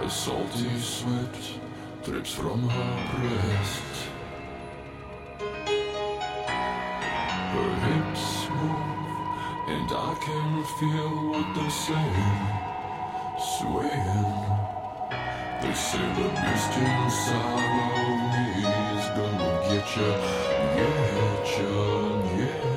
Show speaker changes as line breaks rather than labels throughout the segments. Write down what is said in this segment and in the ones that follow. i sweat drips from her breast. Her hips move, and I can feel what they're saying. Swaying, they say the beast inside of me is gonna get ya, get ya, yeah.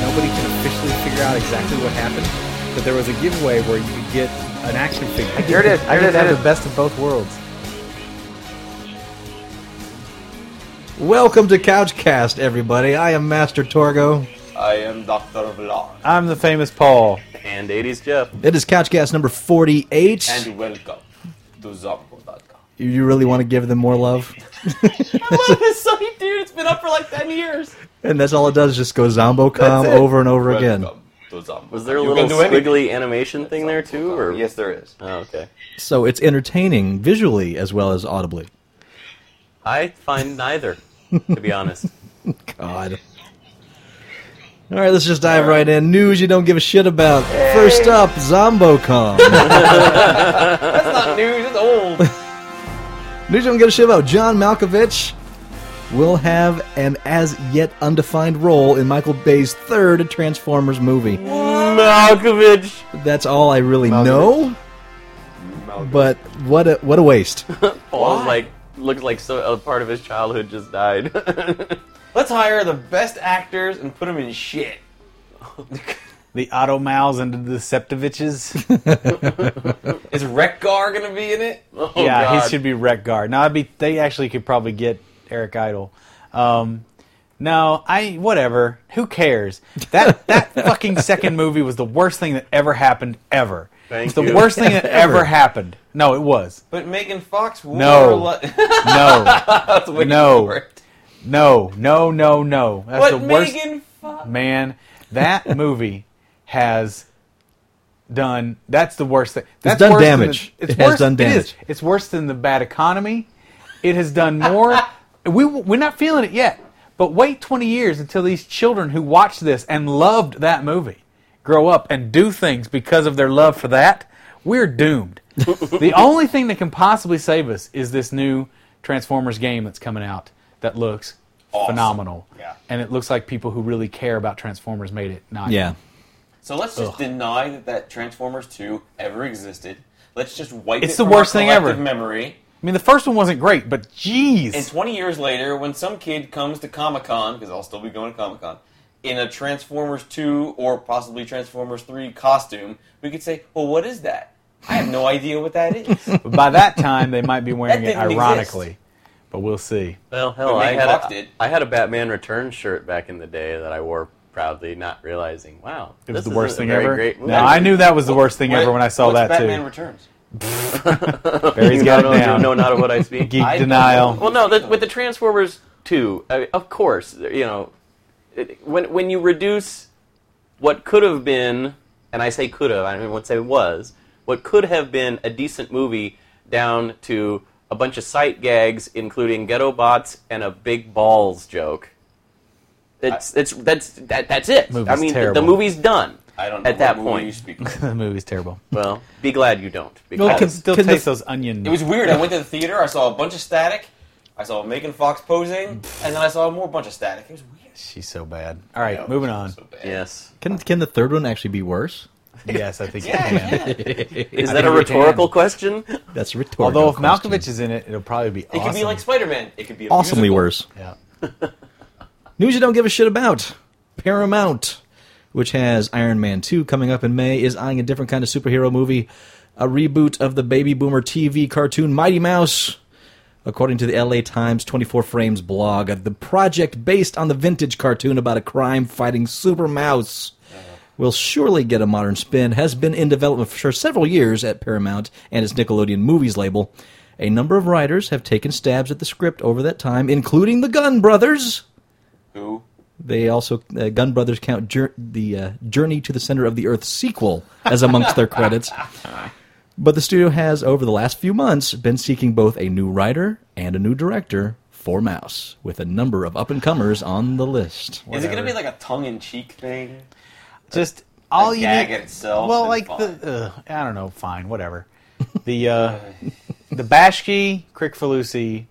Nobody can officially figure out exactly what happened, but there was a giveaway where you could get an action figure.
Here it is,
I
here
just
it
have
is.
the best of both worlds. Welcome to Couchcast, everybody. I am Master Torgo.
I am Dr. Vlar,
I'm the famous Paul.
And 80s Jeff.
It is Couchcast number 48.
and welcome to Zombo.com.
you really want to give them more love?
Sorry, dude, it's been up for like 10 years.
And that's all it does is just go ZomboCom
That's it.
over and over again.
Welcome to Zombo.
Was there a little squiggly animation thing there too? Or
Yes, there is.
Oh, okay.
So it's entertaining visually as well as audibly.
I find neither, to be honest.
God. All right, let's just dive right in. News you don't give a shit about. First up, ZomboCom.
That's not news, it's old.
News you don't give a shit about. John Malkovich will have an as yet undefined role in Michael Bay's third Transformers movie.
Malkovich!
That's all I really know. But what a what a waste.
Paul's like, looks like so, a part of his childhood just died.
Let's hire the best actors and put them in shit.
The Otto Mals and the Deceptiviches.
Is Rekgar gonna be in it?
oh,
yeah,
God.
he should be Rec Guard. Now, I'd be. They actually could probably get Eric Idle. Um, no, I whatever. Who cares? That that fucking second movie was the worst thing that ever happened ever.
Thank
it's the
you.
worst thing that ever happened. No, it was.
But Megan Fox wore
No.
like-
No,
I was waiting
No.
for it.
no, no, no, no. That's
But
the worst.
Megan Fox?
Man, that movie has done. That's the worst thing. That's
done
worse than
damage.
the- it's
It has
worse-
done
It is.
damage.
It's worse than the bad economy. It has done more. we we're not feeling it yet. But wait 20 years until these children who watched this and loved that movie grow up and do things because of their love for that. We're doomed. the only thing that can possibly save us is this new Transformers game that's coming out that looks phenomenal.
Yeah.
And it looks like people who really care about Transformers made it. Not
Yeah.
So let's just deny that, that Transformers 2 ever existed. Let's just wipe
It's
it
the
from our
worst thing ever.
collective memory.
I mean, the first one wasn't great, but jeez.
And 20 years later, when some kid comes to Comic Con, because I'll still be going to Comic Con, in a Transformers 2 or possibly Transformers 3 costume, we could say, well, what is that? I have no idea what that is. But
But by that time, they might be wearing
That
it
didn't
ironically.
exist.
But we'll see.
Well, hell,
But
I
Megan
had,
Fox did.
a, I had a Batman Returns shirt back in the day that I wore proudly, not realizing, wow,
It was
this
the worst
isn't
thing
a very
ever.
Great movie.
no, I knew that was the worst thing ever when I saw
what's
that
Batman
too.
Returns.
Barry's got
no,
it down.
No, not what I speak.
Geek
I don't-
denial.
Well, no, the, with the Transformers 2, I mean, of course, you know, it, when when you reduce what could have been, and I say could have, I don't even want to say was, what could have been a decent movie down to a bunch of sight gags, including ghetto bots and a big balls joke. It's it's that's that, that's it.
Movie's
I mean, the-
terrible.
the movie's done.
I don't know
at that
what movie you
point.
speak of.
the movie's terrible.
Well, be glad you don't. Because
I
can-
can still
can the-
taste those onion.
It was weird. I went to the theater, I saw a bunch of static, I saw Megan Fox posing, and then I saw a more bunch of static. It was weird.
She's so bad. All right, moving on.
So bad.
yes,
Can can the third one actually be worse?
Yes, I think. you
Yeah,
can.
yeah. It
is that a
think we
rhetorical question?
That's rhetorical.
Although if
question.
Malkovich is in it, it'll probably be. Awesome.
could be like Spider Man. It could be a
awesomely
musical.
worse.
Yeah.
News you don't give a shit about. Paramount, which has Iron Man 2 coming up in May, is eyeing a different kind of superhero movie, a reboot of the baby boomer TV cartoon Mighty Mouse. According to the LA Times 24 Frames blog, the project based on the vintage cartoon about a crime fighting super mouse will surely get a modern spin, has been in development for several years at Paramount and its Nickelodeon Movies label. A number of writers have taken stabs at the script over that time, including the Gunn brothers.
Who?
They also uh, Gun Brothers count jour- the uh, Journey to the Center of the Earth sequel as amongst their credits. But the studio has over the last few months been seeking both a new writer and a new director for Mouse, with a number of up and comers on the list.
Is it going to be like a tongue in cheek thing?
Just all
The
you
gag
need,
itself
Well,
is
like
fine.
the uh, I don't know, fine, whatever. The uh, the Bashki Crick Falusi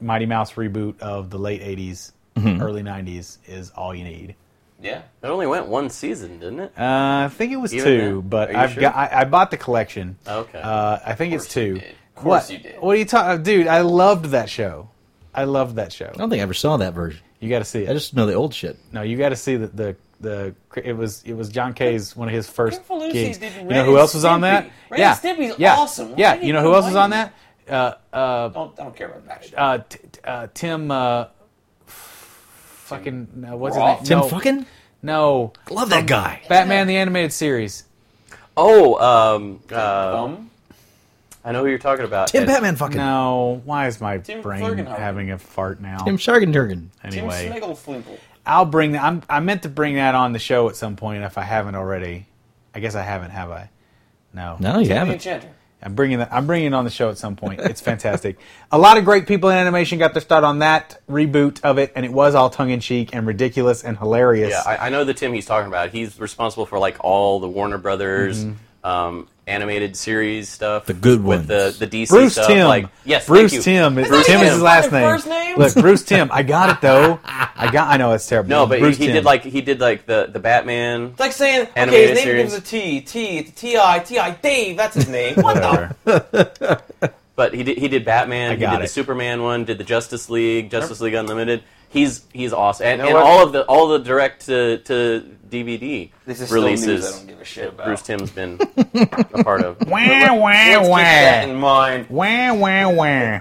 Mighty Mouse reboot of the late '80s, early '90s is all you need.
Yeah.
It only went one season, didn't it?
Uh, I think it was
Even
two,
then? Are
but
you
I've
sure?
got I, I bought the collection.
Okay.
Uh, I think it's
course you
two.
did. Of course
what,
you did.
What are you talking, dude? I loved that show. I loved that show.
I don't think I ever saw that version.
You got to see it.
I just know the old shit.
No, you got to see that the the it was it was John Kay's one of his first
Careful, Lucy,
gigs.
did
you
Ren
know who
and
else was on
Stimpy.
that?
Ren
yeah,
and Stimpy's
yeah,
awesome. Why
Yeah,
did
you know
you
who else was
combine
on that? Uh, uh,
Don't, I don't care about that. shit.
uh, t- t- uh, Tim, uh, fucking uh, what's
Roth?
his
Tim
name? No,
fucking
no,
love that guy.
Batman the animated series.
oh, um, uh,
um,
I know who you're talking about.
Tim
Ed-
Batman fucking.
No, why is my
Tim
brain
Flergenhauer.
having a fart now?
Tim Shargenturgen.
Tim
anyway,
Sniggleflinkle.
I'll bring that. I'm, I meant to bring that on the show at some point if I haven't already. I guess I haven't, have I? No.
No, you
The
haven't.
Enchanter.
I'm bringing that. I'm bringing it on the show at some point. It's fantastic. a lot of great people in animation got their start on that reboot of it, and it was all tongue in cheek and ridiculous and hilarious.
Yeah, I, I know the Tim he's talking about. He's responsible for like all the Warner Brothers
Mm-hmm.
um, animated series stuff. The
good
with
ones.
the the DC
Bruce
stuff.
Tim.
Like yes, thank
Bruce
you.
Tim. Is,
That's
Tim is
not even
his
his
last
fucking
name.
first name.
Look, Bruce Tim. I got it though. I got. I know it's terrible.
No, but
Bruce
he, he
Timm.
did like he did like the the Batman.
It's like saying, okay,
Animated
his name
series.
begins with a T. T. It's a T-I. T-I. Dave. That's his name. What the?
Whatever.
But he did he did Batman. he
got
did
it.
the Superman one. Did the Justice League, Justice League Unlimited. He's he's awesome, and,
know
and
what?
all of the all the direct to, to DVD
This is
releases.
still news I don't give a shit about.
Bruce Tim's been a part of.
Wah
Let's
wah
keep that
wah.
in mind.
Wah wah wah.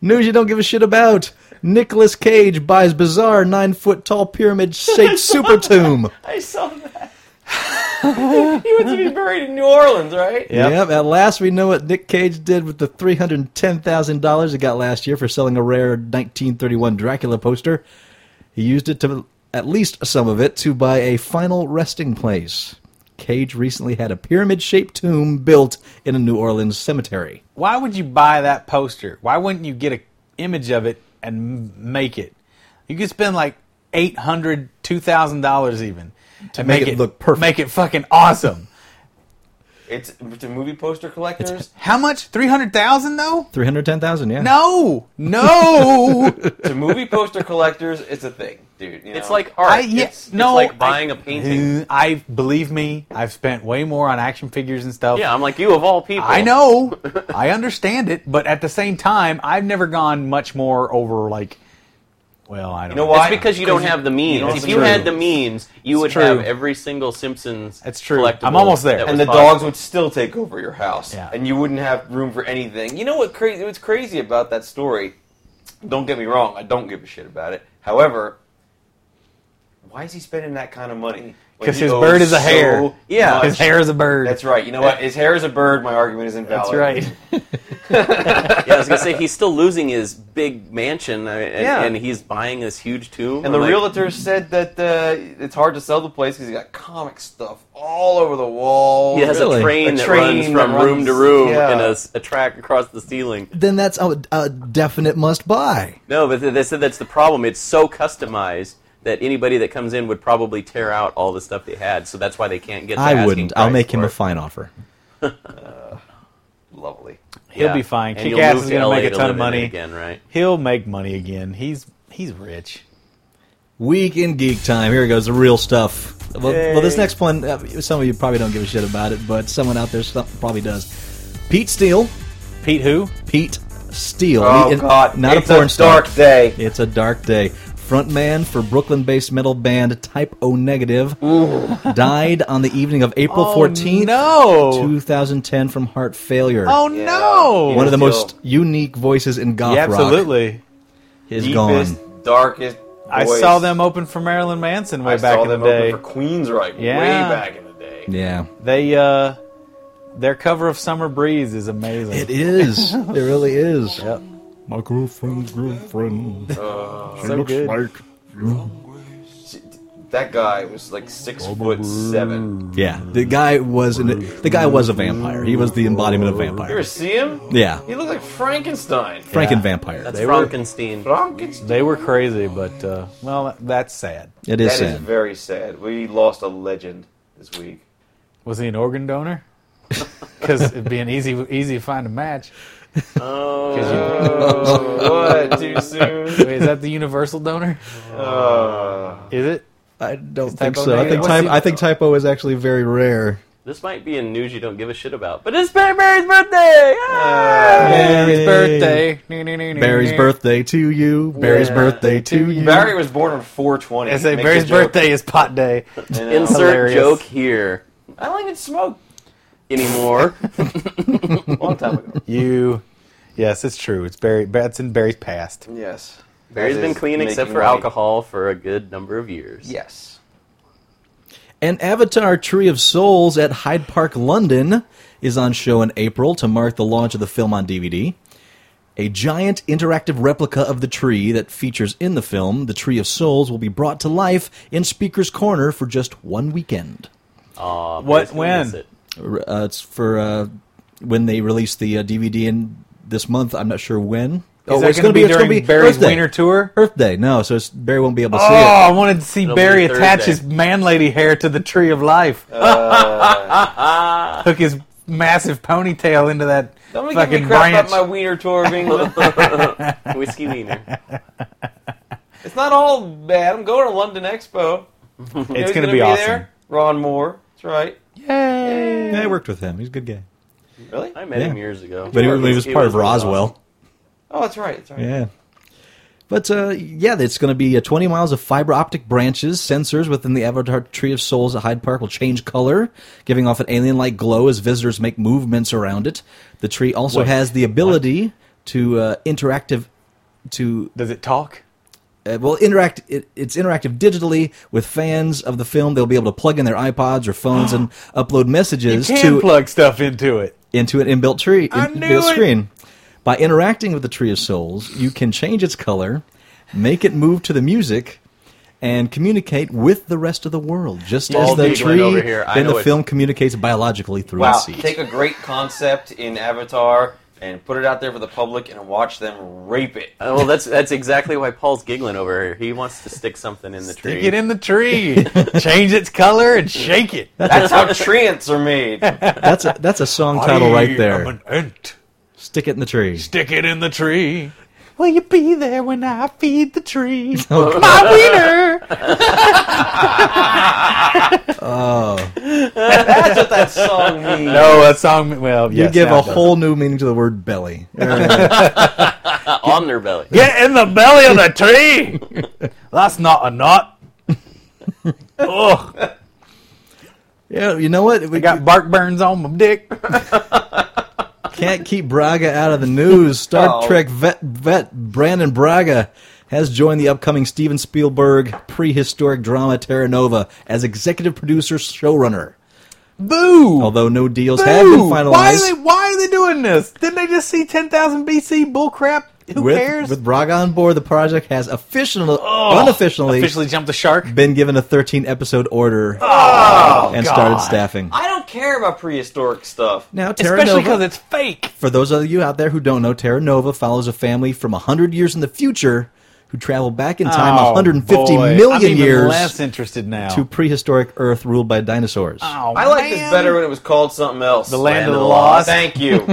News you don't give a shit about. Nicolas Cage buys bizarre nine foot tall pyramid shaped super tomb.
I saw that. he wants to be buried in New Orleans, right?
Yep.
Yep. At last, we know what Nick Cage did with the three hundred ten thousand dollars he got last year for selling a rare nineteen thirty one Dracula poster. He used it to at least some of it to buy a final resting place. Cage recently had a pyramid shaped tomb built in a New Orleans cemetery.
why would you buy that poster? Why wouldn't you get an image of it and m- make it? You could spend like eight hundred, two thousand dollars even to
make it look perfect.
Make it fucking awesome.
It's to movie poster collectors,
How much? Three hundred thousand though?
Three hundred ten thousand, yeah.
No, no.
to movie poster collectors. It's a thing, dude. you
It's
know?
like art.
I- yeah,
it's,
no,
it's
I-
like buying a painting.
Mm, I believe me. I've spent way more on action figures and stuff.
Yeah, I'm like you of all people.
I know. I understand it, but at the same time, I've never gone much more over like. Well, I don't
know
know
why?
It's because you don't have the means.
don't
if
have
you
the
had the
means.
means, you would
true.
have every single Simpsons.
That's true.
collectible
I'm almost there.
that
and
was
the
possible.
dogs would still take over your house,
Yeah.
and you wouldn't have room for anything. You know what? Crazy. What's crazy about that story? Don't get me wrong. I don't give a shit about it. However, why is he spending that kind of money? when
Because
he
his
owes
bird is a
so
hair.
Yeah,
his hair is a bird.
That's right. You know what? His hair is a bird. My argument is invalid.
That's right.
Yeah, I was gonna say he's still losing his big mansion, I- and,
Yeah.
and he's buying this huge tomb.
And the
I'm like,
realtor said that uh, it's hard to sell the place because he got comic stuff all over the wall.
He has
Really?
a train
A
that
train
runs
that
from room
runs-
to room
yeah.
and a, s- a track across the ceiling.
Then that's a, a definite must buy.
No, but th- they said that's the problem. It's so customized that anybody that comes in would probably tear out all the stuff they had. So that's why they can't get. The
I
asking
wouldn't. I'll
price
make him
for
a
it.
fine offer.
Lovely.
He'll
Yeah.
be fine.
And
Kick
you'll
ass
move
is
to
gonna
LA
make a
to
ton
live
of
in it
money.
again, right?
He'll make money again. He's he's rich.
Week in geek time. Here goes the real stuff. Well,
Yay.
well this next one, uh, some of you probably don't give a shit about it, but someone out there some- probably does. Pete Steele.
Pete who?
Pete Steele.
Oh
He-
God!
Not
it's
a porn star.
dark day.
It's a dark day. Frontman for Brooklyn-based metal band Type O Negative died on the evening of April 14th,
Oh, No.
2010 from heart failure.
Oh
Yeah.
no.
One of the
Steele.
most unique voices in goth
yeah,
rock
absolutely.
is
Deepest,
gone.
darkest.
I
voice.
saw them open for Marilyn Manson way
I
back
saw
in
them
the day.
open for Queensryche
Yeah.
way back in the day.
Yeah.
They uh their cover of Summer Breeze is amazing.
It is. it really is.
My girlfriend's girlfriend. she
so
looks
good.
like
That guy was like six foot seven.
Yeah, the guy was an, the guy was a vampire. He was the embodiment of
You ever
vampire.
see him?
Yeah,
He looked like Frankenstein.
Franken vampire.
That's
They were-
Frankenstein.
Frankenstein.
They were crazy, but uh well that's sad.
It
That
is
is
sad.
very sad. We lost a legend. this week.
Was he an organ donor? Because it'd be an easy, easy to find a match.
What? Too soon?
Wait, is that the universal donor?
Uh,
is it?
I don't think
typo
so. I
negative?
think
What's
type,
the-
I think typo is actually very rare.
This might be in news you don't give a shit about, but it's Barry Mary's birthday. Ah!
Barry's
Yay.
birthday. Nee, nee, nee, nee,
Barry's
nee.
birthday to you. Barry's
Yeah.
birthday to you.
Barry was born on 420.
I say
Make
Barry's
a joke.
birthday is pot day.
You know?
Insert
Uh, Hilarious.
joke here
I don't even smoke.
anymore.
Long time ago.
You. Yes, it's true. It's Barry. That's in Barry's past.
Yes.
Barry's
That
been
is
clean except
making
for
white.
alcohol for a good number of years.
Yes.
An Avatar Tree of Souls at Hyde Park, London is on show in April to mark the launch of the film on DVD. A giant interactive replica of the tree that features in the film, The Tree of Souls, will be brought to life in Speaker's Corner for just one weekend.
Aw,
What-
Barry's gonna
when?
miss it.
Uh, it's for uh, when they release the uh, DVD in this month. I'm not sure when. Oh,
Is that
it's
going to
gonna it's
be, during
gonna
Barry's
Earth Day.
Wiener tour?
Earth Day. No, so it's, Barry won't be able to
Oh,
see it.
I wanted to see
It'll
Barry
be
attach
Thursday.
his man lady hair to the tree of life. Hook his massive ponytail into that
Uh. Don't give me
fucking
crap
branch.
about my wiener tour of England.
Whiskey wiener.
it's not all bad. I'm going to London Expo. You know
it's
who's
going to
gonna
be, awesome.
There? Ron Moore. That's right.
Yay!
Yeah, I worked with him. He's a good guy.
Really?
I met
Yeah.
him years ago.
But he, was- he was part of
really
Roswell.
awesome.
Oh, that's right. That's right.
Yeah. But uh, yeah, it's going to be uh, 20 miles of fiber optic branches. Sensors within the Avatar Tree of Souls at Hyde Park will change color, giving off an alien like glow as visitors make movements around it. The tree also
Wait,
has the ability to uh, interactive. To
Does it talk?
uh, well, interact. It, it's interactive digitally with fans of the film. They'll be able to plug in their iPods or phones and upload messages
Can
to
plug stuff into it.
into an inbuilt tree
I
inbuilt
knew it!
screen. By interacting with the Tree of Souls, you can change its color, make it move to the music, and communicate with the rest of the world. Just as
Bald
the
Eagle right
tree
over here. I
in the
know it.
film communicates biologically through
Wow.
its seeds.
Take a great concept in Avatar and put it out there for the public and watch them rape it.
Oh, well, that's that's exactly why Paul's giggling over here. He wants to stick something in the tree.
Get in the tree, change its color, and shake it.
That's how treants are made.
That's a, that's a song title right
I'm
there.
an ant.
Stick it in the tree.
Stick it in the tree. Will you be there when I feed the tree?
Okay.
My wiener.
That's what that song means.
No, that song. Well,
You
yes,
give
now
a
it does.
whole new meaning to the word belly.
Uh, on their belly.
Get in the belly of the tree. That's not a knot. Ugh!
yeah, you know what? We
I got bark burns on my dick.
can't keep Braga out of the news. Star
Oh.
Trek vet, vet Brandon Braga has joined the upcoming Steven Spielberg prehistoric drama Terra Nova as executive producer showrunner.
Boo!
Although no deals
Boo!
have been
Why are they?
finalized
Why are they doing this? Didn't they just see ten thousand BC bullcrap? Who
with,
cares? Oh,
with Braga on board, the project has officially, unofficially
Officially jumped the shark.
been given a 13 episode order
Oh,
and started staffing.
I don't care about prehistoric stuff.
Now, Terra
Especially
Nova-
because it's fake.
For those of you out there who don't know, Terra Nova follows a family from 100 years in the future who travel back in time
Oh,
150
boy.
million
I'm even
years
Less interested now.
to prehistoric Earth ruled by dinosaurs.
Oh,
I
man.
like this better when it was called something else. The
Land of the Lost.
Thank you.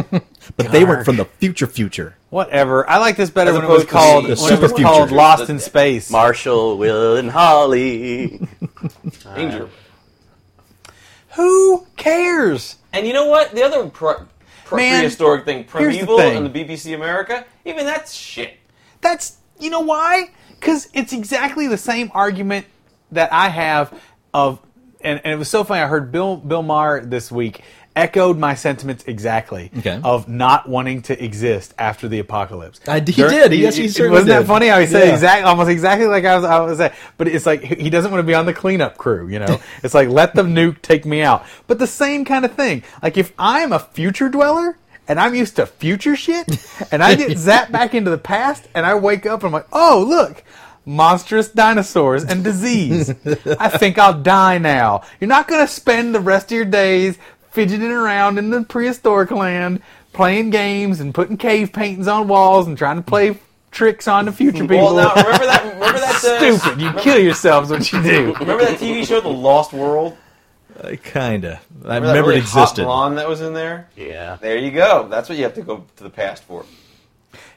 but they weren't from the future future.
Whatever. I like this better
As
when it was
opposed to
called
the
when it
super
was called
future.
Lost
The-
in Space.
Marshall, Will, and Holly.
Danger.
Who cares?
And you know what? The other pro- pro-
Man,
prehistoric thing,
here's the
Primeval
thing.
and the BBC America, even that's shit.
That's you know why? Because it's exactly the same argument that I have of, and, and it was so funny. I heard Bill Bill Maher this week echoed my sentiments exactly
Okay.
of not wanting to exist after the apocalypse.
I- he did. Yes, he certainly
Wasn't that
did.
funny? How he said
Yeah.
exact, almost exactly like I was. I was saying. But it's like he he doesn't want to be on the cleanup crew. You know, it's like let the nuke take me out. But the same kind of thing. Like if I'm a future dweller. And I'm used to future shit, and I get zapped back into the past, and I wake up and I'm like, oh, look, monstrous dinosaurs and disease. I think I'll die now. You're not going to spend the rest of your days fidgeting around in the prehistoric land, playing games and putting cave paintings on walls and trying to play tricks on the future people.
Well, now remember that? Remember that? uh,
Stupid! You kill yourselves what you do.
Remember that TV show, The Lost World?
Uh, kinda. I
Remember that
remember
really
it existed.
Hot blonde that was in there.
Yeah.
There you go. That's what you have to go to the past for.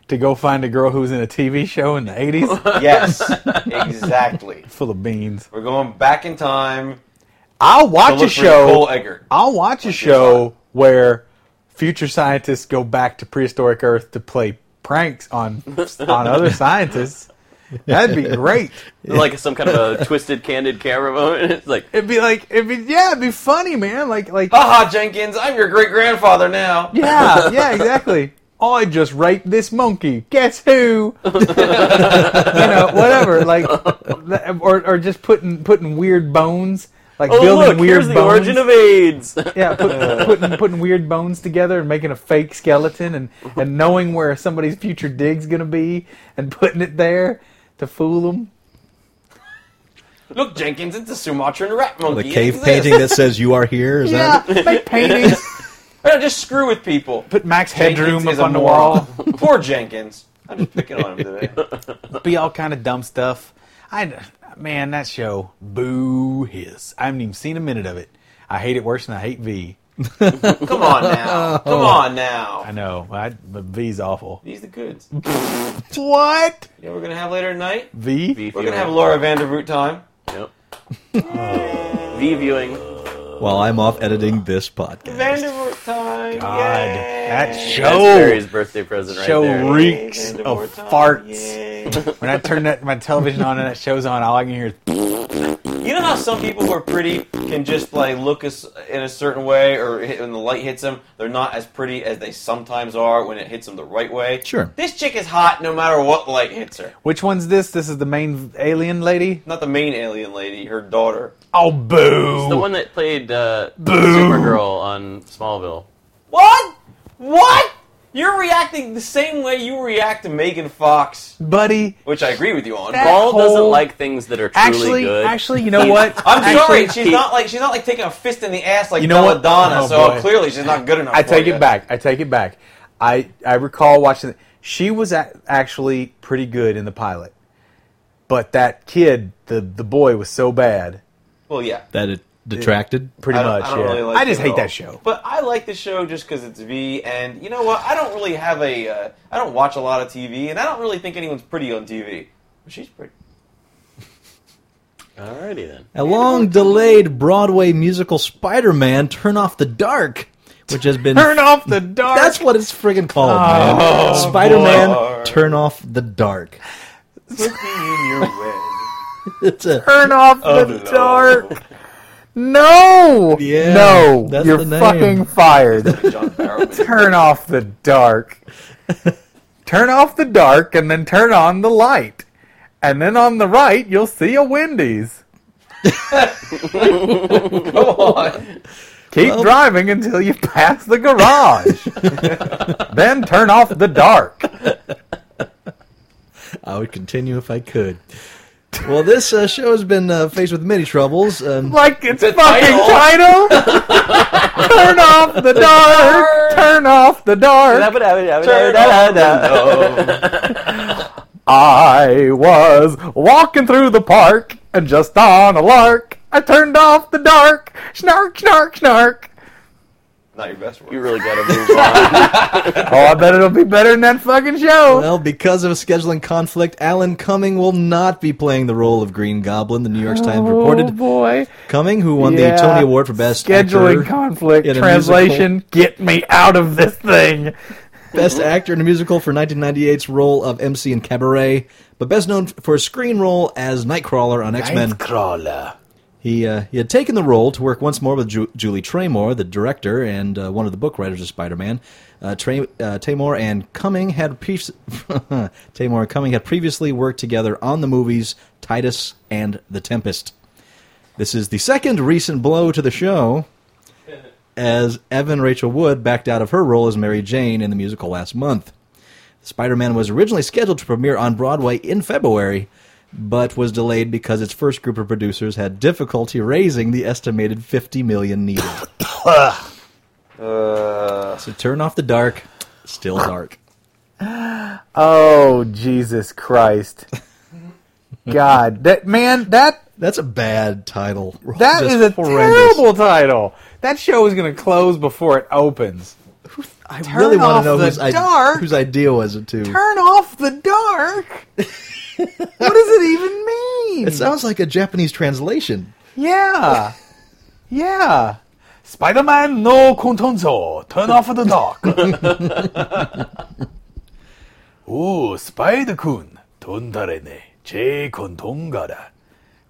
to go find a girl who was in a TV show in the 80s
Yes, exactly.
full of beans.
We're going back in time.
I'll
To
watch a
look for
show.
Nicole Eggert.
I'll watch a show where future scientists go back to prehistoric Earth to play pranks on on other scientists. That'd be great.
Like some kind of a twisted, candid camera moment. It's like,
It'd be like it'd be yeah, it'd be funny, man. Like like
Haha, Jenkins, I'm your great grandfather now.
yeah, yeah, exactly. I just raped this monkey. Guess who? you know, whatever. Like, that- or, or just putting putting weird bones, like
oh
building
look,
weird
here's the
bones.
origin of AIDS.
Yeah, put, putting putting weird bones together and making a fake skeleton and and knowing where somebody's future dig's gonna be and putting it there to fool them.
Look, Jenkins, it's a Sumatran rat monkey.
The
It
cave
exists.
painting that says "You are here" is
Yeah,
that?
make paintings.
I don't just screw with people.
Put Max
Jenkins
Headroom
is
up
a
on the
moron.
wall.
Poor Jenkins. I'm just picking on him today.
be all kind of dumb stuff. I man, that show boo hiss. I haven't even seen a minute of it. I hate it worse than I hate V.
Come on now. Come on
I
now.
know, I, but V's awful.
These the goods.
What
You know what we're gonna have later tonight?
V?
V
We're gonna
viewing.
have Laura Vandervoot time.
Yep. V viewing.
While I'm off editing this podcast,
Vandervoot time.
God,
Yay.
that
That's
show
Barry's birthday present right
show
there.
reeks
Vandervoort
of
time.
farts.
Yay.
When I turn that my television on and that show's on, all I can hear is
You know how some people who are pretty can just like look as, in a certain way, or hit, when the light hits them, they're not as pretty as they sometimes are when it hits them the right way.
Sure.
This chick is hot no matter what light hits her.
which one's this? This is the main alien lady.
Not the main alien lady, her daughter.
Oh boo!
The one that played uh, Supergirl on Smallville.
What? What? You're reacting the same way you react to Megan Fox,
Buddy,
which I agree with you on.
That-
Paul doesn't
whole-
like things that are truly
actually,
good.
actually, you know what?
I'm
Actually,
sorry, she's not like she's not like taking a fist in the ass like
You know what?
Belladonna,
Oh,
so
boy.
clearly she's not good enough.
I
for
take
you.
it back. I take it back. I I recall watching. it. She was a- actually pretty good in the pilot, but that kid, the the boy, was so bad.
Well, yeah.
that it detracted.
Pretty
I don't-
much.
I don't
yeah.
really like
I just
it
hate
at all.
that show.
But I like the show just because it's V, and you know what? I don't really have a. Uh, I don't watch a lot of TV, and I don't really think anyone's pretty on TV. But she's pretty.
Alrighty then.
A long delayed Broadway musical Spider Man Turn Off the Dark, which has been.
Turn off the dark.
That's what it's friggin' called,
Oh,
man. Spider Man Turn Off the Dark.
Put me in your web.
It's uh, a.
Turn off
of
the
love.
dark. No.
Yeah,
no.
that's
You're
the name.
fucking fired.
John Barrowman.
turn off the dark. turn off the dark and then turn on the light. And then on the right, you'll see a Wendy's.
Come on.
Keep driving until you pass the garage. then turn off the dark.
I would continue if I could. Well, this uh, show has been uh, faced with many troubles. Um,
Like it's
The
fucking title. turn off the dark. Turn off the dark.
Turn on the love.
I was walking through the park and just on a lark, I turned off the dark. Snark, snark, snark.
Not your best work.
You really gotta move on.
Oh, I bet it'll be better than that fucking show.
well, because of a scheduling conflict, Alan Cumming will not be playing the role of Green Goblin. The New York Times
Oh
reported
boy!
Cumming, who won
Yeah.
the Tony Award for Best
Scheduling
Actor,
conflict.
in a
Translation: Get me out of this thing.
Best Actor in a Musical for 1998's role of MC in Cabaret, but best known for his screen role as Nightcrawler on X Men.
Nightcrawler.
He uh, he had taken the role to work once more with Ju- Julie Traymor, the director and uh, one of the book writers of Spider-Man. Uh, Tra- uh, Taymor and Cumming had pre- Taymor and Cumming had previously worked together on the movies Titus and The Tempest. This is the second recent blow to the show, as Evan Rachel Wood backed out of her role as Mary Jane in the musical last month. Spider-Man was originally scheduled to premiere on Broadway in February, but was delayed because its first group of producers had difficulty raising the estimated 50 million needed. so turn off the dark, still dark.
Oh Jesus Christ! God, that man, that
That's a bad title.
That
Just
is a
horrendous.
terrible title. That show is going to close before it opens.
I really want
off
to know
the
whose, i-
dark.
whose idea was it too.
Turn off the dark. what does it even mean?
It sounds like a Japanese translation.
yeah, yeah. Spider-Man no contonzo. Turn off the dark. Ooh, Spider-Kun. 돈다래네. 제 건동가라.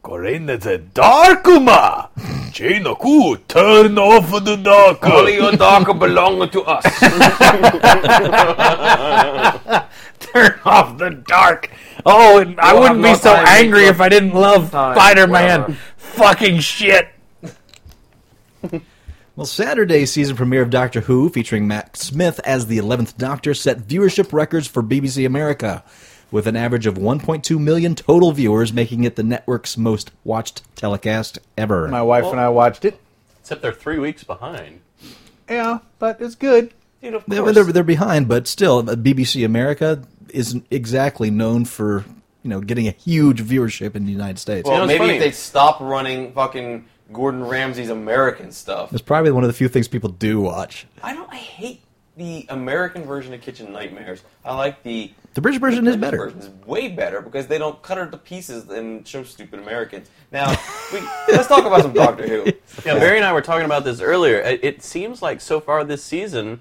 거래는 darkuma. 제너구 turn off the dark.
Only your dog belong to us.
turn off the dark. Oh, and I
Well,
wouldn't
I'm
be
not
so
time,
angry
but-
if I didn't love
Time,
Spider Man.
whatever.
Fucking shit.
Well, Saturday's season premiere of Doctor Who, featuring Matt Smith as the 11th Doctor, set viewership records for BBC America, with an average of 1.2 million total viewers, making it the network's most watched telecast ever.
My wife and I watched it.
Except they're three weeks behind.
Yeah, but it's good.
Dude, of
They-
course.
they're, they're behind, but still, BBC America isn't exactly known for you know getting a huge viewership in the United States.
Well,
You know, it's
maybe
funny.
if they stop running fucking Gordon Ramsay's American stuff.
It's probably one of the few things people do watch.
I don't. I hate the American version of Kitchen Nightmares. I like the
The British version is better.
version is way better because they don't cut her to pieces and show stupid Americans. Now, we, let's talk about some Doctor Who.
Yeah, Barry and I were talking about this earlier. It, it seems like so far this season,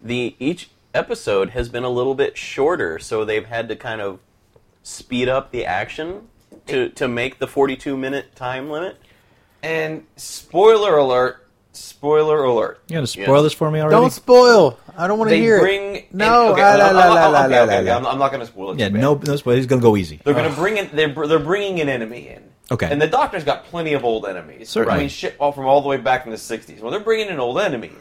the each episode has been a little bit shorter, so they've had to kind of speed up the action to to make the forty-two minute time limit.
And spoiler alert! Spoiler alert!
You gonna spoil
Yes.
this for me already?
Don't spoil. I don't want to
They
hear
bring
it. No,
in, okay,
ah, la,
I'm-
la, la,
I'm-
la,
okay,
la,
okay,
la,
okay,
la.
I'm I'm not going to spoil it.
yeah,
too bad.
no, no spoil. He's gonna go easy.
They're going to bring in. They're, br- they're bringing an enemy in.
Okay.
And the Doctor's got plenty of old enemies.
Certainly.
I mean, shit, all from all the way back in the '60s. Well, they're bringing an old enemy in,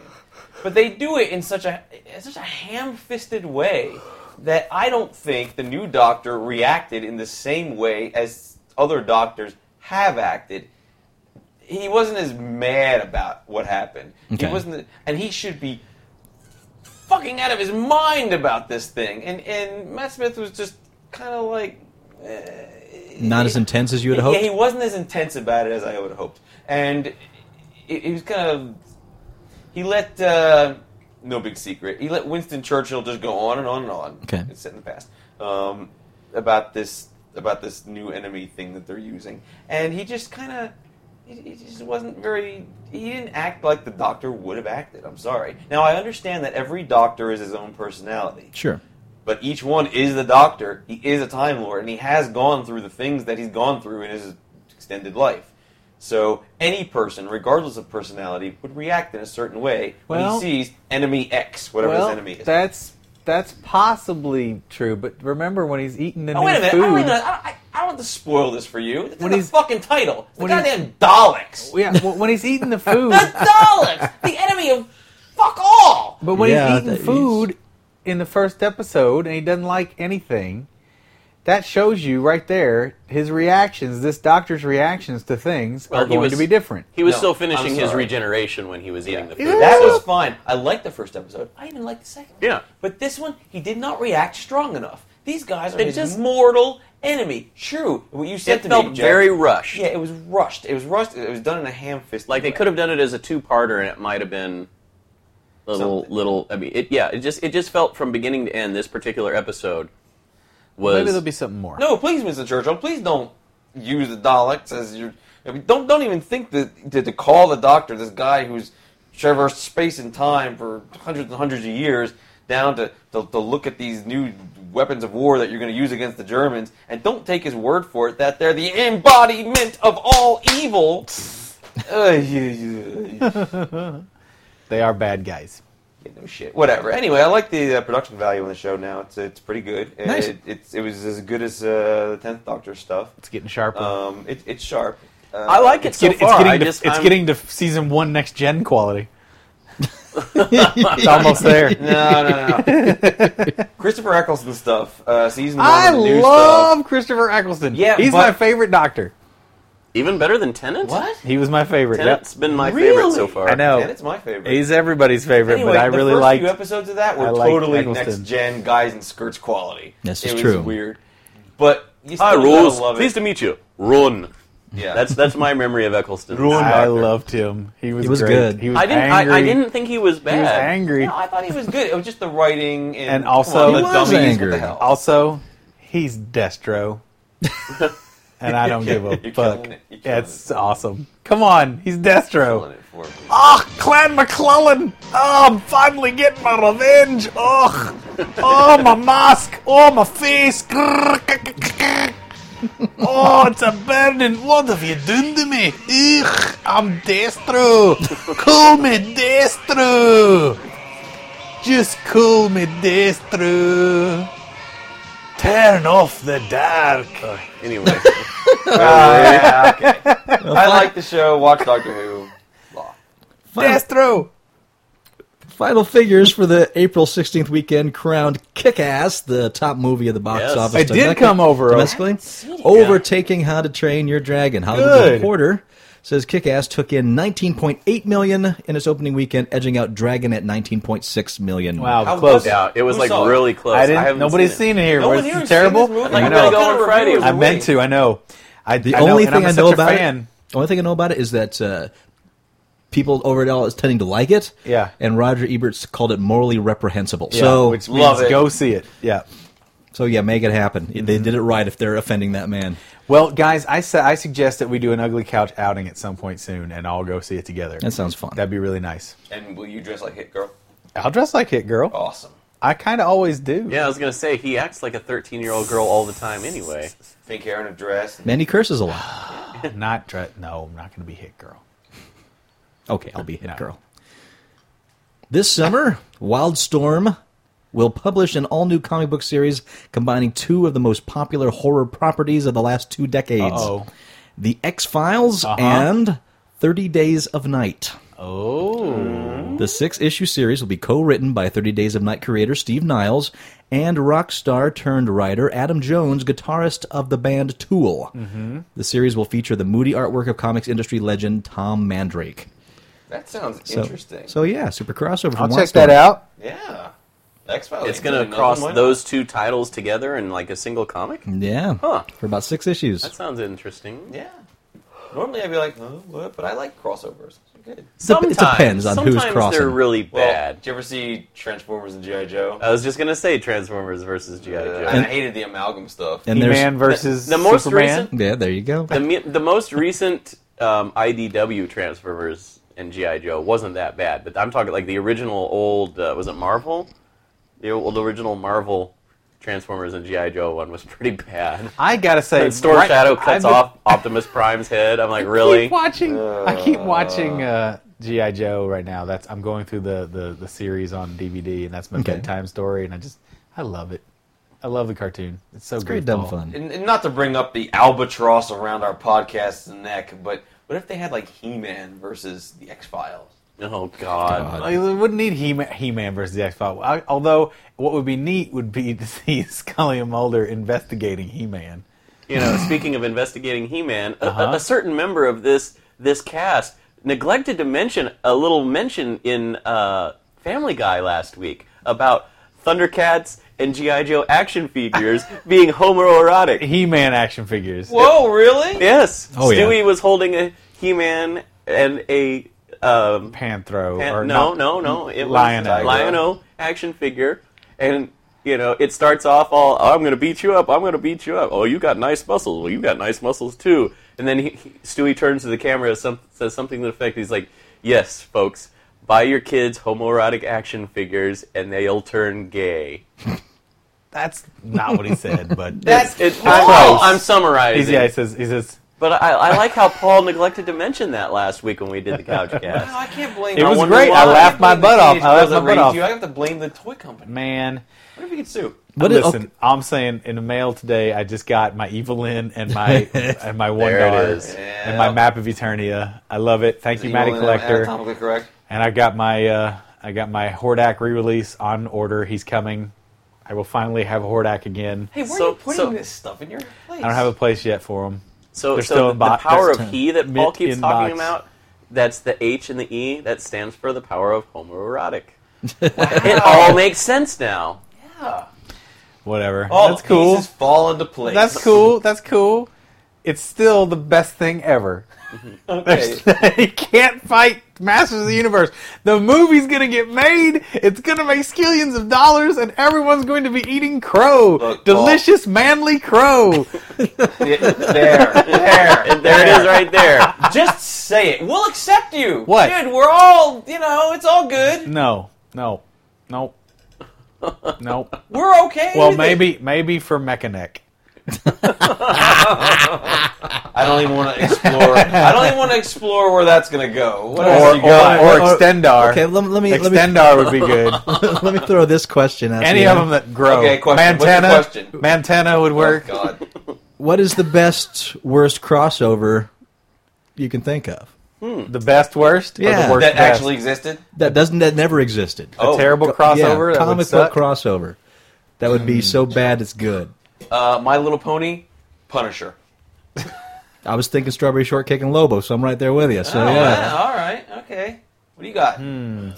but they do it in such a in such a ham-fisted way that I don't think the new Doctor reacted in the same way as other Doctors have acted. He wasn't as mad about what happened.
Okay.
He wasn't, and he should be fucking out of his mind about this thing. And and Matt Smith was just kind of like
Not as intense as you would hope.
yeah, he wasn't as intense about it as I would have hoped, and he, he was kind of he let uh, no big secret. He let Winston Churchill just go on and on and on.
Okay.
it's set in the past um, about this about this new enemy thing that they're using, and he just kind of he, he just wasn't very. He didn't act like the Doctor would have acted. I'm sorry. Now I understand that every Doctor is his own personality.
Sure.
But each one is the Doctor. He is a Time Lord, and he has gone through the things that he's gone through in his extended life. So any person, regardless of personality, would react in a certain way
Well-
when he sees enemy X, whatever
well,
his enemy is.
That's that's possibly true, but remember when he's eating the
oh
new
wait a minute!
food.
I don't, even, I, I, I don't want to spoil this for you. It's in
When
the
he's-
fucking title. It's the
when he's-
goddamn Daleks.
yeah, well, when he's eating the food.
The Daleks, the enemy of fuck all.
But when
Yeah,
he's eating
that-
food in the first episode and he doesn't like anything, that shows you right there his reactions, this doctor's reactions to things
Well,
are
he
going
was-
to be different.
He was
No,
still
I'm
finishing his
sorry.
regeneration when he was eating the food.
Yeah.
That
so-
was fine. I liked the first episode. I even liked the second. one.
Yeah.
But this one, he did not react strong enough. These guys are
It
his
just-
mortal enemy. True. What you said
It
to
felt
me, Jeff-
very rushed.
Yeah, it was rushed. It was rushed. It was done in a ham fist.
Like they could have done it as a two-parter, and it might have been a little,
Something.
little. I mean, it, yeah, it just, it just felt from beginning to end. This particular episode was
Maybe there'll be something more.
No, please, Mr. Churchill, please don't use the Daleks as your. I mean, don't don't even think that to, to call the Doctor this guy who's traversed space and time for hundreds and hundreds of years down to, to, to look at these new weapons of war that you're going to use against the Germans and don't take his word for it that they're the embodiment of all evil. Uh, yeah, yeah.
They are bad guys.
Yeah, no shit. Whatever. Anyway, I like the uh, production value on the show now. It's it's pretty good. It-
Nice.
It, it's, it was as good as uh, the Tenth Doctor stuff.
It's getting sharper.
Um, it, it's sharp. Uh,
I like it so
Get-
far.
it's
I
getting to,
just,
it's
I'm-
getting to season one next gen quality. it's almost there.
No, no, no. Christopher Eccleston stuff. Uh, season one.
I
of the new
love
Stuff.
Christopher Eccleston.
Yeah,
he's
but-
my favorite doctor.
even better than Tenant.
He was my favorite. Yep.
Tenant's been my favorite
Really?
so far.
I know.
And it's my favorite.
He's everybody's favorite,
anyway,
but I
the
really
first
like.
few episodes of
I
that were
liked
totally
Eccleston.
next gen guys in skirts quality.
This
it
is
was
true.
Weird, but you still
Hi,
gotta
Rose.
love it.
Pleased to meet you. Run.
Yeah,
That's that's my memory of Eccleston.
I loved him. He was,
He was
great.
good.
He was
I didn't. I,
Angry.
I didn't think he was bad.
He was angry.
No, I thought he was good. It was just the writing and,
And also-
come on,
He
the
was
dummies.
angry.
What the hell?
Also, he's Destro. and I don't give a
You're
fuck.
killing it. You're killing
It's awesome. Come on, he's Destro.
Killing it for me.
Oh, Clan McClellan! Oh, I'm finally getting my revenge! Oh, oh my mask! Oh, my face! Oh, it's a burning! What have you done to me? Ugh, I'm Destro! Call me Destro! Just call me Destro! Turn off the dark!
Anyway,
Uh, I like the show. Watch Doctor Who. Blah.
Final,
Destro!
final figures for the April 16th weekend crowned Kick Ass, the top movie of the box
Yes.
office.
It did
domestic-
come over.
domestically, overtaking How to Train Your Dragon. Hollywood
Good.
Reporter says Kick-Ass took in 19.8 million in its opening weekend, edging out Dragon at 19.6 million.
Wow,
How
close.
was
yeah, it was
Who
like
saw it?
really close.
I didn't.
haven't
nobody's
seen,
seen it, here.
No
Was
one here
it
has
terrible?
seen this movie.
Like,
I
we
know.
gotta go on Friday or
I meant to. I know. I,
The
I know,
only
and
thing
I'm
I
such
know
a
about
fan.
it, the only thing I know about it is that uh, people over at all is tending to like it.
Yeah.
and Roger Ebert called it morally reprehensible.
Yeah,
so,
which means
Love it.
go see it. Yeah.
so yeah, make it happen. They did it right if they're offending that man.
Well, guys, I su- I suggest that we do an ugly couch outing at some point soon, and all go see it together.
That sounds fun.
That'd be really nice.
And will you dress like Hit Girl?
I'll dress like it, girl.
Awesome.
I kind of always do.
Yeah, I was gonna say he acts like a 13 year old girl all the time. Anyway,
Pink hair and a dress.
Man, he curses a lot.
Not dre- No, I'm not going to be hit, girl.
Okay, I'll be hit
No.
girl. This summer, Wildstorm will publish an all-new comic book series combining two of the most popular horror properties of the last two decades:
Oh.
The X Files
Uh-huh.
and Thirty Days of Night.
Oh.
The six issue series will be co written by 30 Days of Night creator Steve Niles and rock star turned writer Adam Jones, guitarist of the band Tool.
Mm-hmm.
The series will feature the moody artwork of comics industry legend Tom Mandrake.
That sounds
So,
interesting.
So, yeah, super crossover.
I'll
from
check
Wildstorm.
that out.
yeah. X Files.
it's gonna cross those two titles together in like a single comic.
Yeah.
Huh.
For about six issues.
That sounds interesting.
Yeah. Normally I'd be like, huh, what? But I like crossovers. They're good.
Dep- it
Sometimes,
depends on who's
sometimes they're
crossing.
really
Well,
bad.
Did you ever see Transformers and GI Joe?
Uh,
Uh,
I was just gonna say Transformers versus GI Joe.
I hated the amalgam stuff.
and there's.
Man versus
The most
Superman.
recent-
Yeah, there you go.
the me- the most recent um, IDW Transformers and GI Joe wasn't that bad, but I'm talking like the original old uh, was it Marvel? The old original Marvel Transformers and GI Joe one was pretty bad.
I gotta say,
And Storm
right-
Shadow cuts
I've been-
off Optimus Prime's head. I'm like,
Keep
really?
watching. I keep watching uh, GI Joe right now. That's I'm going through the the, the series on DVD, and that's my
Okay.
bedtime story. And I just I love it. I love the cartoon. It's so
Very dumb fun.
And, and not to bring up the albatross around our podcast's neck, but what if they had like He-Man versus the X-Files?
Oh God.
Like, we wouldn't need He He Man versus the X Files. Although what would be neat would be to see Scully and Mulder investigating He Man.
You know, speaking of investigating He-Man, a-
Uh-huh.
a, a certain member of this this cast neglected to mention a little mention in uh, Family Guy last week about Thundercats and GI Joe action figures being homoerotic.
He Man action figures.
Whoa, really?
Yes,
Oh, yeah.
Stewie was holding a He-Man and a um,
Panthro
Pan-
or
no,
not-
no, no. It
Lion-O.
was Lion-O action figure, and you know it starts off all, "Oh, "I'm gonna beat you up. I'm gonna beat you up. Oh, you got nice muscles. Well, you got nice muscles too." And then he, he, Stewie turns to the camera, some, says something to the effect, "He's like, yes, folks, buy your kids homoerotic action figures, and they'll turn gay."
That's not what he said, but
That's
It,
Close.
I'm, I'm
He's-
summarizing,
yeah. He says he says
but I, I like how Paul neglected to mention that last week when we did the couch
No,
cast.
I can't blame.
It
I
was
wonder
great.
why.
I laughed
can't
my
blame
butt
the
off.
teenage
I laughed
girls that
my butt
raised
off.
You. I have to blame the toy company.
man.
What if you could sue?
What is-
Listen, I'm saying in the mail today, I just got my Evelyn and my and my one
There it
dollar
is.
and my map of Eternia. I love it. Thank you, Matty
Evil and
Collector.
Anatomically correct.
And I got my uh, I got my Hordak re-release on order. He's coming. I will finally have Hordak again.
Hey, where
So-
are you putting
so-
this stuff in your place?
I don't have a place yet for him.
So,
They're
so
still
the,
in bo-
power
they're
of he that Paul
mid-
keeps
in
talking
box.
about, that's the H and the E, that stands for the power of homoerotic. it all makes sense now.
Yeah.
Whatever.
All
That's
the
cool.
Pieces Oh, fall into place.
That's cool. That's cool. it's still the best thing ever.
Okay.
he can't fight Masters of the Universe. The movie's gonna get made. It's gonna make skillions of dollars, and everyone's going to be eating crow.
Look, Paul.
Delicious, manly crow.
there, there,
There it is right there.
Just say it. We'll accept you.
What?
Dude, we're all, you know, it's all good.
no, no, nope, nope.
We're okay.
Well,
with it.
maybe, maybe for Mechanic.
I don't even want to explore. I don't even want to explore where that's going to go. What
Or,
else
or,
you got?
or
or-
Extendar.
Okay, let, let me let me
Extendar would be good.
let me throw this question at
Any
you.
of them that grow.
Okay, question. What's the
Montana,
question?
Montana would
Oh,
work.
God.
What is the best worst crossover you can think of
The best worst? or
Yeah.
the worst
That
best?
actually existed?
that doesn't that never existed?
A
Oh,
terrible crossover?
yeah,
that would
comic book
suck?
crossover. That would be so bad it's good.
Uh, My Little Pony, Punisher.
I was thinking Strawberry Shortcake and Lobo, so I'm right there with you. So
Oh,
yeah,
wow. All right. Okay. What do you got?
Hmm.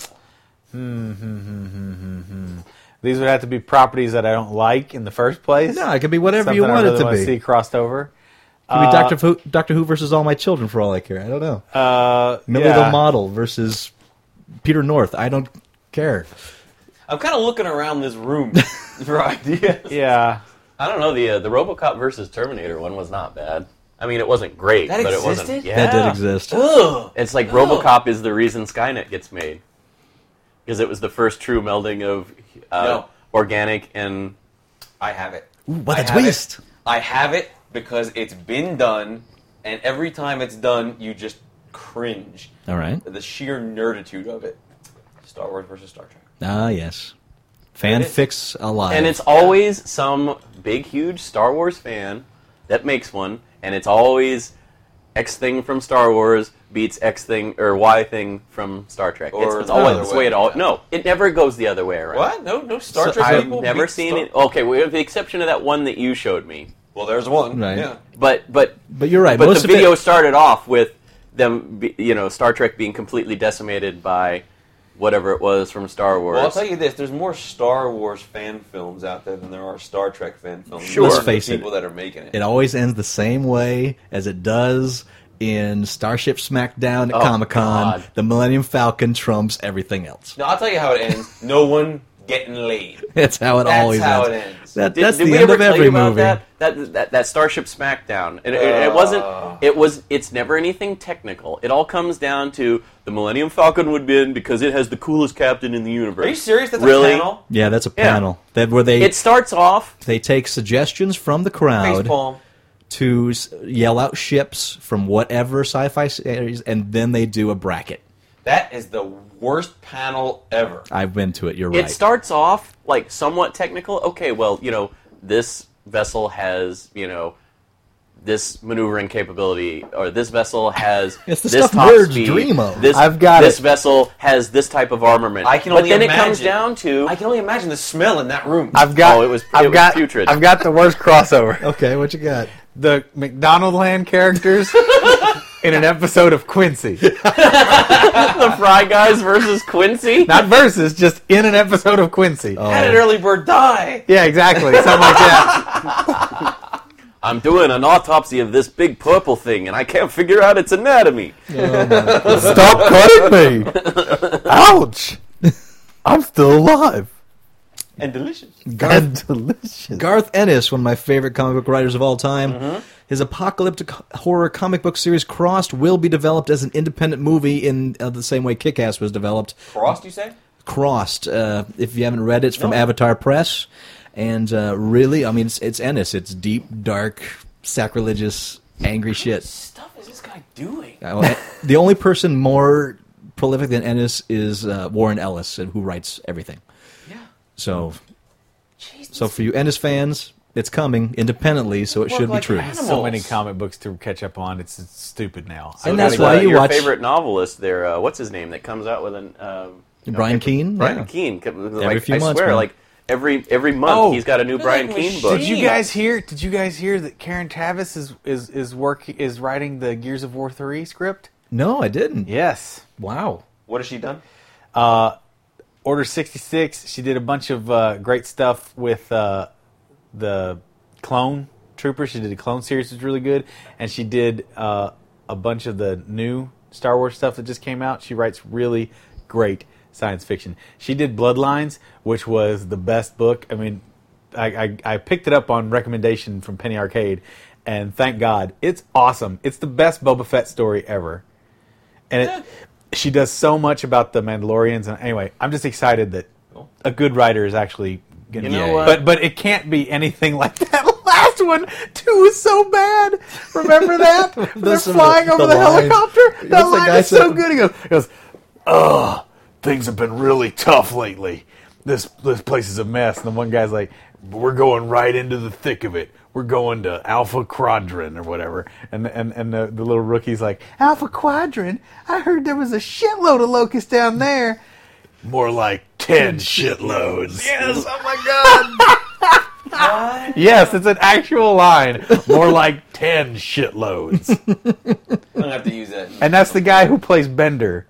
These would have to be properties that I don't like in the first place.
no, it could be whatever
Something
you
I
want
really
it to
wanna
be.
see
It
crossed over.
could be Doctor Who, Doctor Who versus All My Children for all I care. I don't know.
Uh,
Millie
yeah.
the Model versus Peter North. I don't care.
I'm kind of looking around this room for ideas.
Yeah.
I don't know. The uh, the RoboCop versus Terminator one was not bad. I mean, it wasn't great,
That
but it wasn't.
existed?
Yeah,
That did exist.
Ugh.
It's like RoboCop is the reason Skynet gets made because it was the first true melding of uh,
No.
organic and
I have it.
What
I
a
have it.
twist!
I have it because it's been done, and every time it's done, you just cringe.
All right.
The sheer nerditude of it. Star Wars versus Star Trek.
Ah, yes. Fanfics alive.
and it's always some big huge Star Wars fan that makes one, and it's always X thing from Star Wars beats X thing or Y thing from Star Trek. it's
Or
it's
the
always
other
this
way
way. It all
around.
no, it never goes the other way around.
What? No, no Star
So
Trek
I've
people.
never
beat
seen
Star-
it. Okay, with the exception of that one that you showed me.
Well, there's one.
Right.
Yeah.
But but
but you're right.
but
most
the
of it-
video started off with them, be, you know, Star Trek being completely decimated by whatever it was from Star Wars.
Well, I'll tell you this: there's more Star Wars fan films out there than there are Star Trek fan films.
Sure.
Those
Let's
are the
face it.
people that are making it.
it always ends the same way as it does in Starship Smackdown at
Oh,
Comic Con.
God.
The Millennium Falcon trumps everything else.
No, I'll tell you how it ends. No one getting laid.
That's how it
That's
always
how
ends.
it ends.
That,
Did-
that's
did
the
we
end
ever
of
tell you
every
about
movie.
That? That, that that Starship Smackdown, and it, it- it wasn't.
Oh.
It was. It's never anything technical. It all comes down to the Millennium Falcon would win because it has the coolest captain in the universe.
Are you serious? That's
really?
a panel.
Yeah, that's a
Yeah.
panel that where they
It starts off.
they take suggestions from the crowd
Facepalm.
to s- yell out ships from whatever sci-fi series, and then they do a bracket.
That is the worst panel ever.
I've been to it. You're
It
right.
starts off like somewhat technical. Okay, well, you know, this vessel has, you know, this maneuvering capability, or this vessel has
It's the
this
stuff
top
nerds
speed.
dream of.
This,
I've got
this
it.
vessel has this type of armament.
I can
but
only
then it
imagine-
comes down to
I can only imagine the smell in that room.
I've got.
Oh, it was- it
I've
was
got.
putrid.
I've got the worst crossover.
okay, what you got?
the McDonaldland characters in an episode of Quincy.
the Fry Guys versus Quincy.
Not versus, just in an episode of Quincy.
How did early bird die?
Yeah, exactly. Something like that.
I'm doing an autopsy of this big purple thing, and I can't figure out its anatomy.
Stop cutting me. Ouch. I'm still alive.
And delicious.
Garth delicious.
Garth Ennis, one of my favorite comic book writers of all time. His apocalyptic horror comic book series Crossed will be developed as an independent movie in uh, the same way Kick Ass was developed.
Frost, you say?
Crossed, uh, if you haven't read it, it's from
No.
Avatar Press. And uh, really, I mean, it's, it's Ennis. It's deep, dark, sacrilegious, angry shit.
Stuff is this guy doing?
Uh, the only person more prolific than Ennis is uh, Warren Ellis, who writes everything.
Yeah.
So,
Jesus.
so for you Ennis fans, it's coming independently, so it
Work
should be
like
true.
animals.
So many comic books to catch up on. It's, it's stupid now.
And
We
that's
got,
why
uh,
you
your
watch-
favorite novelist there. Uh, what's his name that comes out with an um, you know,
Brian
paper-
Keene?
Brian
Yeah.
Keene. Like,
Every few
I
months,
swear,
man.
like every every month,
Oh.
he's got a new
They're
Brian
like
Keene book.
Did you guys hear? Did you guys hear that Karen Tavis is is is work is writing the Gears of War three script?
No, I didn't.
Yes.
Wow.
What has she done?
Order 66, she did a bunch of uh, great stuff with uh, the clone Trooper. She did the Clone series, which was really good, and she did uh, a bunch of the new Star Wars stuff that just came out. She writes really great science fiction. She did Bloodlines, which was the best book. I mean, I, I, I picked it up on recommendation from Penny Arcade, and thank God, it's awesome. It's the best Boba Fett story ever, and it. She does so much about the Mandalorians, and anyway, I'm just excited that a good writer is actually getting.
You know what?
But but it can't be anything like that last one. Two was so bad. Remember that? When They're
Listen,
flying
the-
over
the
the,
line.
helicopter. That
What's the
line
guy
is so
said?
good. He goes, he goes, ugh, things have been really tough lately. This this place is a mess. And the one guy's like, we're going right into the thick of it. We're going to Alpha Quadrant or whatever. And and, and the, the little rookie's like, Alpha Quadrant? I heard there was a shitload of locusts down there. More like ten shitloads. Yes, oh my god. yes, it's an actual line. More like ten shitloads.
I'm gonna have to use that.
And that's the guy who plays Bender.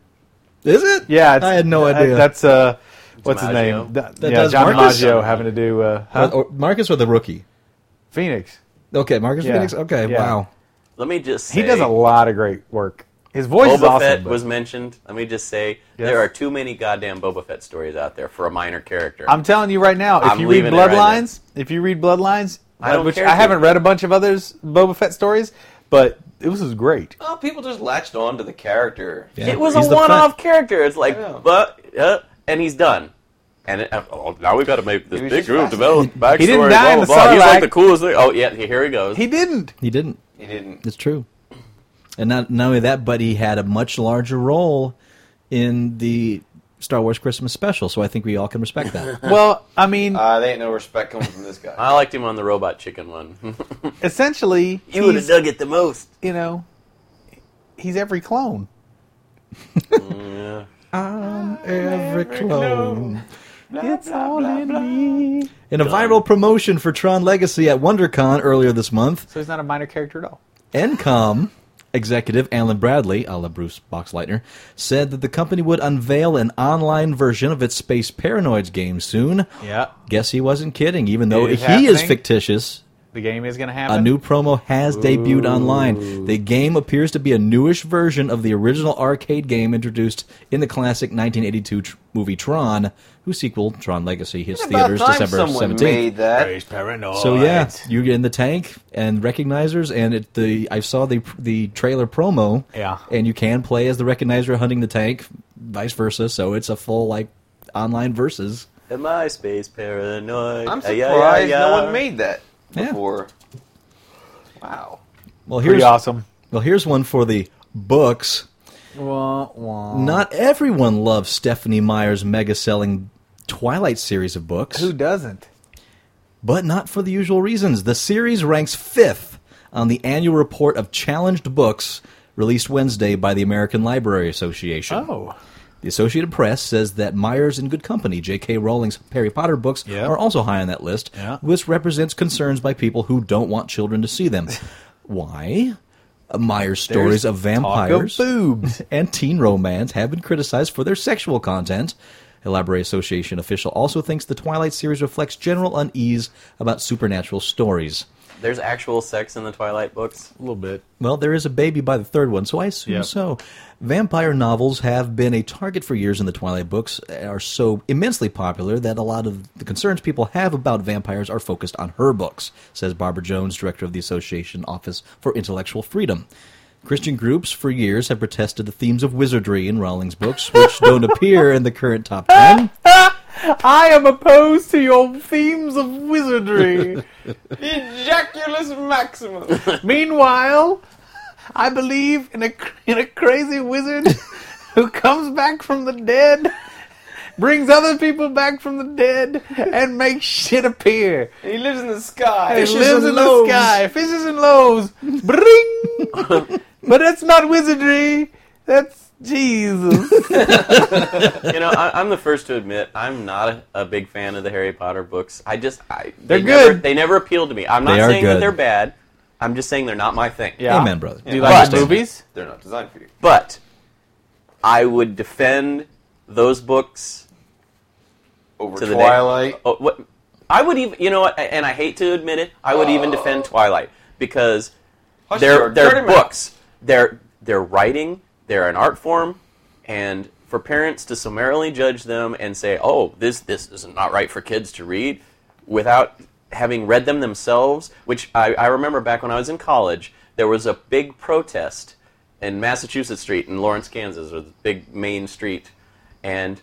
Is it?
Yeah, it's,
I had no
that-
idea.
That's uh, what's his
DiMaggio.
name? That,
That
yeah,
does
John
Marcus?
DiMaggio having to do uh, huh?
Or- or Marcus or the rookie?
Phoenix.
Okay, Marcus
Yeah.
Phoenix. Okay,
Yeah.
wow.
Let me just say
He does a lot of great work. His voice
Boba
is awesome.
Fett
but-
was mentioned. Let me just say
Yes.
there are too many goddamn Boba Fett stories out there for a minor character.
I'm telling you right now, if
I'm
you read
leaving it right
Bloodlines, if you read Bloodlines,
I don't
which
care
I
if you-
haven't read a bunch of others Boba Fett stories, but it was great.
Oh, people just latched on to the character.
Yeah.
it was
He's
a
the
one-off character. It's like,
Yeah.
but uh, and he's done. And it, uh, oh, now we've got to make this
He was
big
just
group
fascinating.
develop backstory.
He didn't
blah,
die in
blah,
the
blah. He's like
Sarlacc.
the coolest thing. Oh yeah, here he goes.
He didn't.
He didn't.
He didn't.
It's true. And not, not only that, but he had a much larger role in the Star Wars Christmas special, so I think we all can respect that.
Well, I mean,
Uh, they ain't no respect coming from this guy.
I liked him on the robot chicken one.
essentially,
you would have
he's,
dug it the most.
you know, he's every clone.
Every clone.
It's all in me.
In a viral promotion for Tron Legacy at WonderCon earlier this month,
So he's not a minor character at all.
Encom executive Alan Bradley, a la Bruce Boxleitner, said that the company would unveil an online version of its Space Paranoids game soon.
Yeah,
Guess he wasn't kidding, even though
It is
he is
happening.
fictitious.
the game is going to happen.
A new promo has debuted online. The game appears to be a newish version of the original arcade game introduced in the classic 1982 tr- movie Tron, whose sequel, Tron Legacy, hits theaters
About time
December
someone
17th.
made that.
paranoid.
So yeah, you get in the tank and recognizers, and it, the I saw the the trailer promo.
Yeah.
and you can play as the recognizer hunting the tank, vice versa. So it's a full like online versus.
Am I space paranoid?
I'm
Ah, yeah, yeah,
surprised
yeah.
no one made that
Yeah.
before. Wow.
Well,
pretty
here's
awesome.
well here's one for the books. Not everyone loves Stephanie Meyer's mega-selling Twilight series of books.
Who doesn't?
but not for the usual reasons. The series ranks fifth on the annual report of challenged books released Wednesday by the American Library Association.
Oh,
The Associated Press says that Myers and Good Company, J.K. Rowling's Harry Potter books,
Yeah.
are also high on that list,
Yeah.
which represents concerns by people who don't want children to see them. Why? Uh, Myers' stories
There's
of vampires
Talk of boobs.
and teen romance have been criticized for their sexual content. A Library Association official also thinks the Twilight series reflects general unease about supernatural stories.
There's actual sex in the Twilight books.
a little bit.
Well, there is a baby by the third one, so I assume
Yep.
so. Vampire novels have been a target for years in the Twilight books, eh, are so immensely popular that a lot of the concerns people have about vampires are focused on her books, says Barbara Jones, director of the Association Office for Intellectual Freedom. Christian groups for years have protested the themes of wizardry in Rowling's books, which don't appear in the current top 10.
I am opposed to your themes of wizardry.
Ejaculus Maximus.
Meanwhile, I believe in a in a crazy wizard who comes back from the dead, brings other people back from the dead, and makes shit appear.
he lives in the sky.
It lives in the sky, fishes and loaves. Bring, but that's not wizardry. That's Jesus.
you know, I, I'm the first to admit I'm not a, a big fan of the Harry Potter books. I just I,
They're
they Never,
good.
they never appealed to me. I'm not
They are
saying
good.
that they're bad. I'm just saying they're not my thing.
Yeah.
Amen, brother.
Do you like the
But-
movies?
They're not designed for you.
But I would defend those books
Over
to the day-
Twilight.
Oh, what? I would even, you know what, and I hate to admit it, I would even defend Twilight because
Hush
they're
your dirty
they're
mouth.
books, they're they're writing, they're an art form, and for parents to summarily judge them and say, "Oh, this this is not right for kids to read," without having read them themselves, which I, I remember back when I was in college, there was a big protest in Massachusetts Street in Lawrence, Kansas, or the big main street, and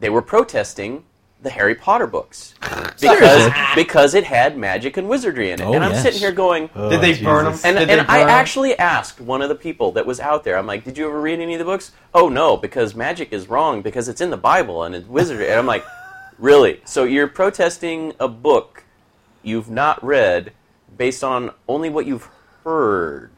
they were protesting the Harry Potter books because, because it had magic and wizardry in it.
Oh,
and I'm
yes.
sitting here going,
Did
Oh,
they burn them?
and,
Did
and
they
I
burn 'em?
actually asked one of the people that was out there. I'm like, "Did you ever read any of the books?" Oh no, because magic is wrong because it's in the Bible and it's wizardry. and I'm like, "Really? So you're protesting a book you've not read based on only what you've heard?"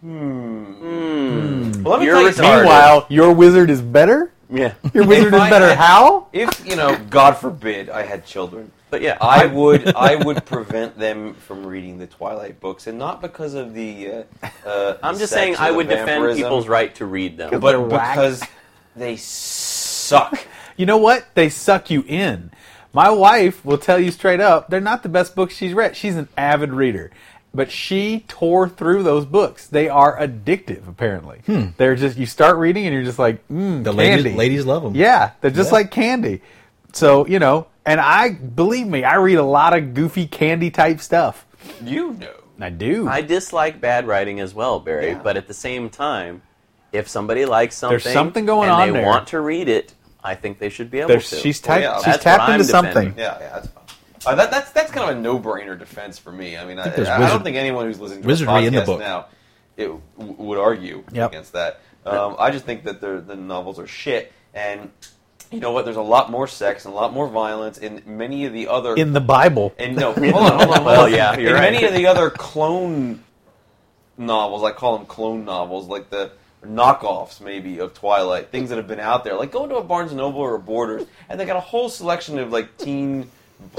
Well, let me
You're
tell you something.
retarded.
Meanwhile, your wizard is better.
Yeah,
Your wizard is
I
better.
had-
How?
If you know, God forbid, I had children,
but yeah,
I would I would prevent them from reading the Twilight books, and not because of the. Uh, uh,
I'm
the
just
sex
saying
or
I
the
would defend
vampirism,
people's right to read them.
but
They're whack.
because they suck.
You know what? They suck you in. My wife will tell you straight up, they're not the best books she's read. She's an avid reader. But she tore through those books. They are addictive, apparently. They're just you start reading and you're just like, mm,
The
candy.
ladies, ladies love them.
Yeah, they're just
Yeah.
like candy. So you know, and I believe me, I read a lot of goofy candy type stuff.
You know.
I do.
I dislike bad writing as well, Barry. But at the same time, if somebody likes something,
There's something going
and
on
they
there.
want to read it, I think they should be able
There's-
to.
she's type,
yeah,
she's
that's what
tapped
I'm
into
defending.
something.
Yeah, yeah, that's fine. Uh, that, that's that's kind of a no-brainer defense for me. I mean, I, I,
there's
I
wizard-
don't think anyone who's listening to
wizardry
a
in the
podcast
book.
now it, w- would argue
Yep.
against that. Um, I just think that the the novels are shit, and you know what? There's a lot more sex and a lot more violence in many of the other
in the Bible.
and no, hold on, hold on, hold on.
Well, yeah,
in
you're right.
many of the other clone novels, I call them clone novels, like the knockoffs maybe of Twilight, things that have been out there. Like go to a Barnes and Noble or a Borders, and they got a whole selection of like teen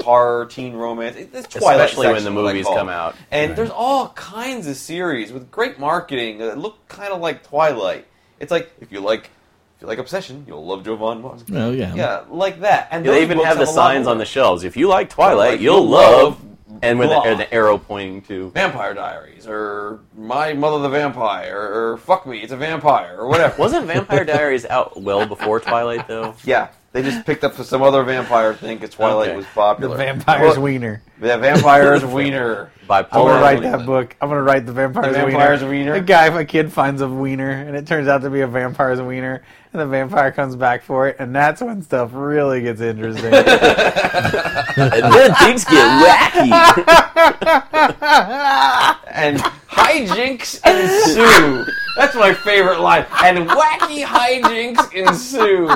horror, teen romance. It- It's Twilight
Especially when
section,
the
what I
movies
call
come
it.
out.
and there's all kinds of series with great marketing that look kind of like Twilight. It's like if you like. If you like Obsession, you'll love Jovan Mosk.
Oh, yeah.
Yeah, like that. And
they
those
even
books
have the
a lot
signs
more.
on the shelves. If you like Twilight,
Like,
you'll
you'll
love,
love
and with
blah.
the, the arrow pointing to.
Vampire Diaries or My Mother the Vampire or Fuck Me, It's a Vampire or whatever.
Wasn't Vampire Diaries out well before Twilight though?
Yeah, they just picked up some other vampire thing because Twilight
Okay.
was
The
popular.
vampire's
Look,
wiener.
The vampire's wiener.
I'm
Bipolar.
gonna
Or-
write that book. I'm gonna write the vampire's,
The Vampire's
wiener.
Wiener.
A guy, my kid finds a wiener, and it turns out to be a vampire's wiener, and the vampire comes back for it, and that's when stuff really gets interesting.
and then things get wacky.
And hijinks ensue. That's my favorite line. And wacky hijinks ensue.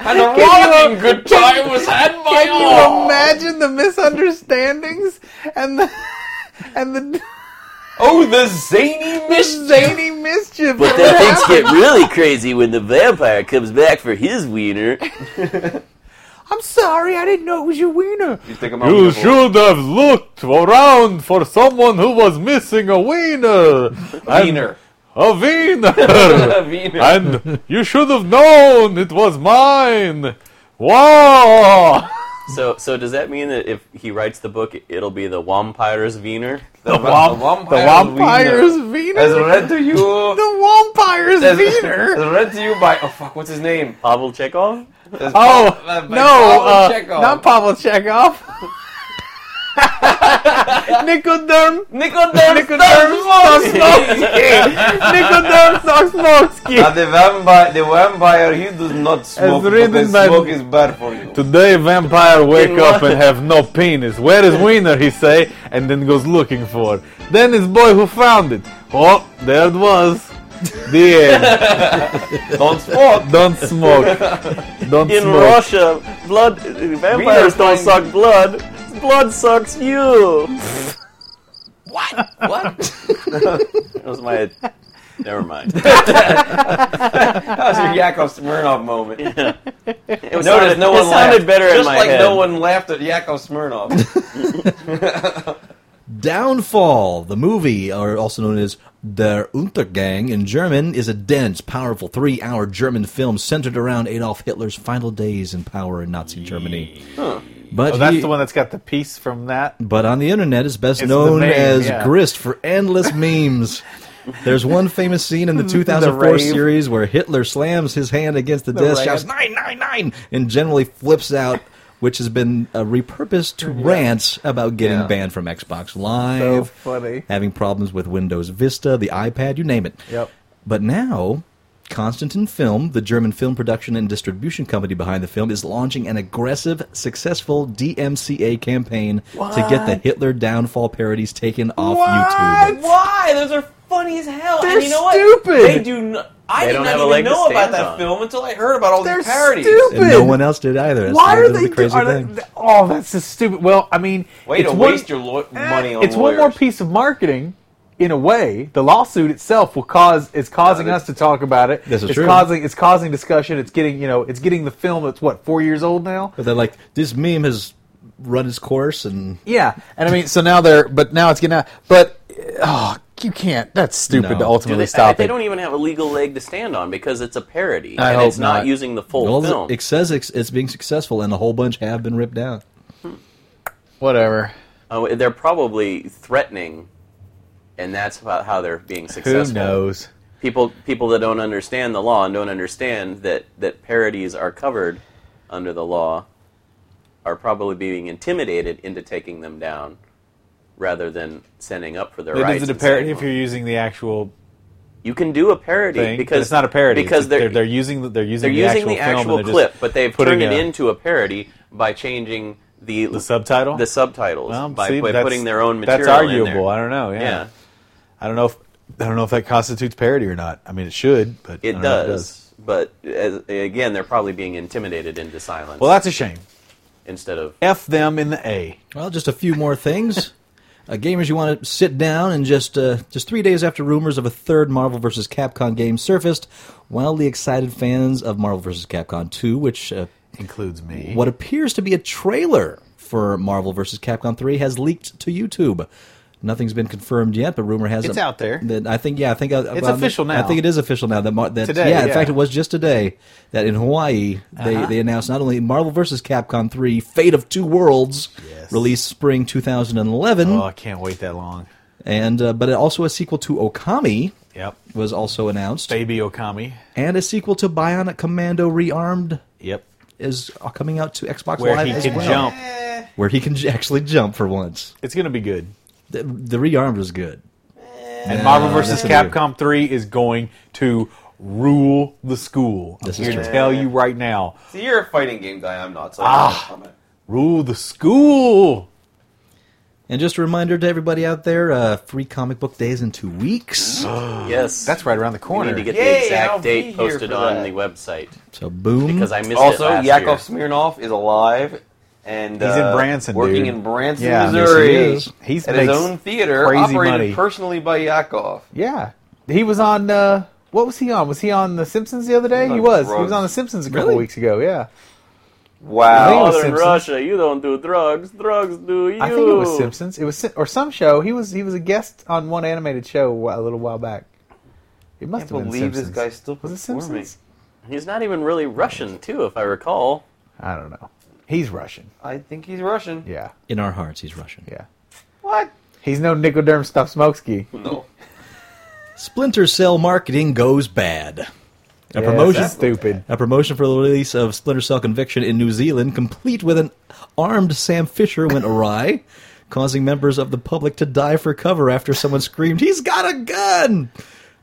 And a rollicking good time was had by
Can you
all.
imagine the misunderstandings and the and the
Oh, the zany mischief.
zany mischief?
But then things get really crazy when the vampire comes back for his wiener.
I'm sorry, I didn't know it was your wiener.
You think I'm a wonderful-
have looked around for someone who was missing a wiener.
wiener.
A wiener.
Wiener.
and you should have known it was mine. Wow!
So, so does that mean that if he writes the book, it'll be the Wampire's Wiener?
The,
wom- the vampire's
wiener. As
wiener.
read to you.
The vampire's
As-
wiener.
as read to you by oh fuck, what's his name?
Pavel Chekhov?
As
Oh
Pa- uh, by Pavel
no! Uh,
Chekhov.
not Pavel Chekhov. Nikoderm.
Nikodem
Nikoderm Sosnovsky. Nikoderm
Uh,
Sosnovsky.
the vampire, the vampire, he does not smoke.
written
Because
by-
smoke is bad for you.
Today, vampire wake
In what?
up and have no penis. Where is Wiener? He say, and then goes looking for. it. Then his boy who found it. Oh, there it was. The end. Oh,
Don't smoke.
Don't smoke. Don't
In
smoke.
Russia, blood vampires don't suck blood. Blood sucks you.
what?
That was my. Never mind.
That was your Yakov Smirnov moment.
It
Notice
was sounded,
no
it
one
sounded
laughed.
better
Just
in my
like
head.
no one laughed at Yakov Smirnov.
Downfall, the movie, or also known as Der Untergang in German, is a dense, powerful three hour German film centered around Adolf Hitler's final days in power in Nazi Germany. But
Oh, that's
he-
the one that's got the piece from that.
but on the internet is best
It's the
known
meme,
as
yeah.
Grist for endless memes. There's one famous scene in the 2004
rave.
series where Hitler slams his hand against the, desk,
rave.
shouts "nine nine nine," and generally flips out, which has been uh, repurposed to rants about getting
Yeah.
banned from Xbox Live,
funny.
having problems with Windows Vista, the iPad, you name it.
Yep.
But now, Constantin Film, the German film production and distribution company behind the film, is launching an aggressive, successful DMCA campaign to get the Hitler downfall parodies taken off YouTube.
Why? Those are funny as hell.
They're
and you know
stupid.
What? They do. N- I
They
did
don't
not
have a
even
leg to
know about
stand
that
on.
film until I heard about all
They're
these parodies.
stupid.
And no one else did either. That's
Why
the-
are
that's
they
the crazy
do- are they-
thing.
oh, that's the stupid. Well, I mean,
Way
it's
to
one- Eh,
waste your lo- money on
It's one more
lawyers.
piece of marketing. In a way, the lawsuit itself will cause is causing
Got it.
us to talk about it.
This is
it's
true.
causing it's causing discussion. It's getting you know it's getting the film that's what four years old now.
But they're like, this meme has run its course, and
Yeah, and I mean so now they're but now it's getting out. But oh, you can't. That's stupid
No.
to
Do
ultimately
they,
stop
they
it.
don't even have a legal leg to stand on because it's a parody
I
and
hope
it's not,
not.
using the full
well,
film.
it says it's, it's being successful, and a whole bunch have been ripped down.
Whatever.
Oh, they're probably threatening, and that's about how they're being successful.
Who knows?
People, people that don't understand the law and don't understand that that parodies are covered under the law are probably being intimidated into taking them down rather than standing up for their
It
rights.
is a
and saying,
parody if
"Well,
you're using the actual
you can do a parody
thing
because
it's not a parody
because
they're,
they're
they're using the, they're
they're
using
using the
film
actual,
and they're
clip,
just
but they've
putting
turned it
a-
into a parody by changing the
the subtitle.
the subtitles
Well,
by,
see,
by
that's-
putting their own material.
That's arguable.
In there.
I don't know. Yeah.
Yeah,
I don't know if I don't know if that constitutes parody or not. I mean, it should, but I
it
don't know if
does. But as, again, they're probably being intimidated into silence
Well, that's a shame.
instead of
F them in the A.
Well, just a few more things. Uh, gamers, you want to sit down and just uh, just three days after rumors of a third Marvel vs. Capcom game surfaced, wildly excited fans of Marvel vs. Capcom 2, which uh,
Includes me.
what appears to be a trailer for Marvel vs. Capcom 3 has leaked to YouTube. Nothing's been confirmed yet, but rumor has
It's out there.
That I think, yeah, I think uh,
It's
well,
official now.
I think it is official now. That, Mar- that yeah, in
Today, yeah. Uh-huh.
fact, it was just today that in Hawaii they, they announced not only Marvel vs. Capcom 3: Fate of Two Worlds,
Yes.
released spring 2011,
Oh, I can't wait that long.
and uh, but also a sequel to Okami
Yep.
was also announced,
Baby Okami.
and a sequel to Bionic Commando Rearmed
Yep.
is uh, coming out to Xbox
Where
Live
he
as
can
well.
jump.
where he can j- actually jump for once.
It's gonna be good.
The, the rearmed was good.
And Marvel vs.
that's gonna be-
Capcom 3 is going to rule the school. I'm
This is
here to
true.
tell you right now.
See, you're a fighting game guy. I'm not. So ah.
Rule the school.
And just a reminder to everybody out there: uh, free comic book days in two weeks.
yes.
That's right around the
We
corner.
need to get
Yay,
the exact
I'll be
date
here
posted
for
on
that.
the website
so boom.
because I missed
Also,
it last
Yakov
year.
Smirnov is alive, and uh,
He's in Branson,
working
dude.
in Branson,
Yeah. Yes, he
Missouri.
is.
He's
at his
makes
own theater,
crazy
operated
money.
personally by Yakov.
Yeah, he was on. Uh, what was he on? Was he on The Simpsons the other day?
He
He
was
was.
on
He was
drugs.
on The Simpsons a couple
Really?
weeks ago. Yeah,
Wow.
I think it was Simpsons.
Oh, you don't do drugs. Drugs do you.
I think it was Simpsons. It was Sim- or some show. He was he was a guest on one animated show wh- a little while back. It
I
must
can't
have been
believe this
Simpsons.
guy's still
Was it
performing.
Simpsons?
He's not even really Russian, too, if I recall.
I don't know. He's Russian.
I think he's Russian.
Yeah,
in our hearts, he's Russian.
yeah.
What?
He's no Nickelderm stuff smokeski.
No.
Splinter Cell marketing goes bad. A
Yes,
promotion.
that's stupid.
A promotion for the release of Splinter Cell Conviction in New Zealand, complete with an armed Sam Fisher, went awry, causing members of the public to die for cover after someone screamed, He's got a gun!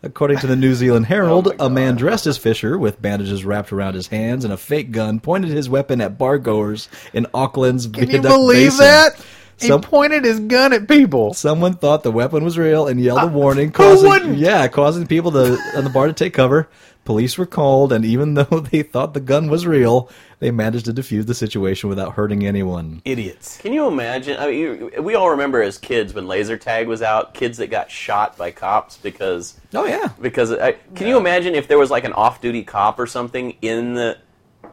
According to the New
Oh
Zealand Herald, a man dressed as Fisher, with bandages wrapped around his hands and a fake gun, pointed his weapon at bargoers in Auckland's
Can you
Viaduct
believe
Basin.
that? He
Some-
pointed his gun at people.
Someone thought the weapon was real and yelled a warning, causing
Uh, wouldn't?
yeah, causing people to on the bar to take cover. Police were called, and even though they thought the gun was real, they managed to defuse the situation without hurting anyone.
Idiots.
Can you imagine? I mean, you, we all remember as kids when laser tag was out, kids that got shot by cops because
Oh yeah,
because I, can you imagine if there was like an off-duty cop or something in the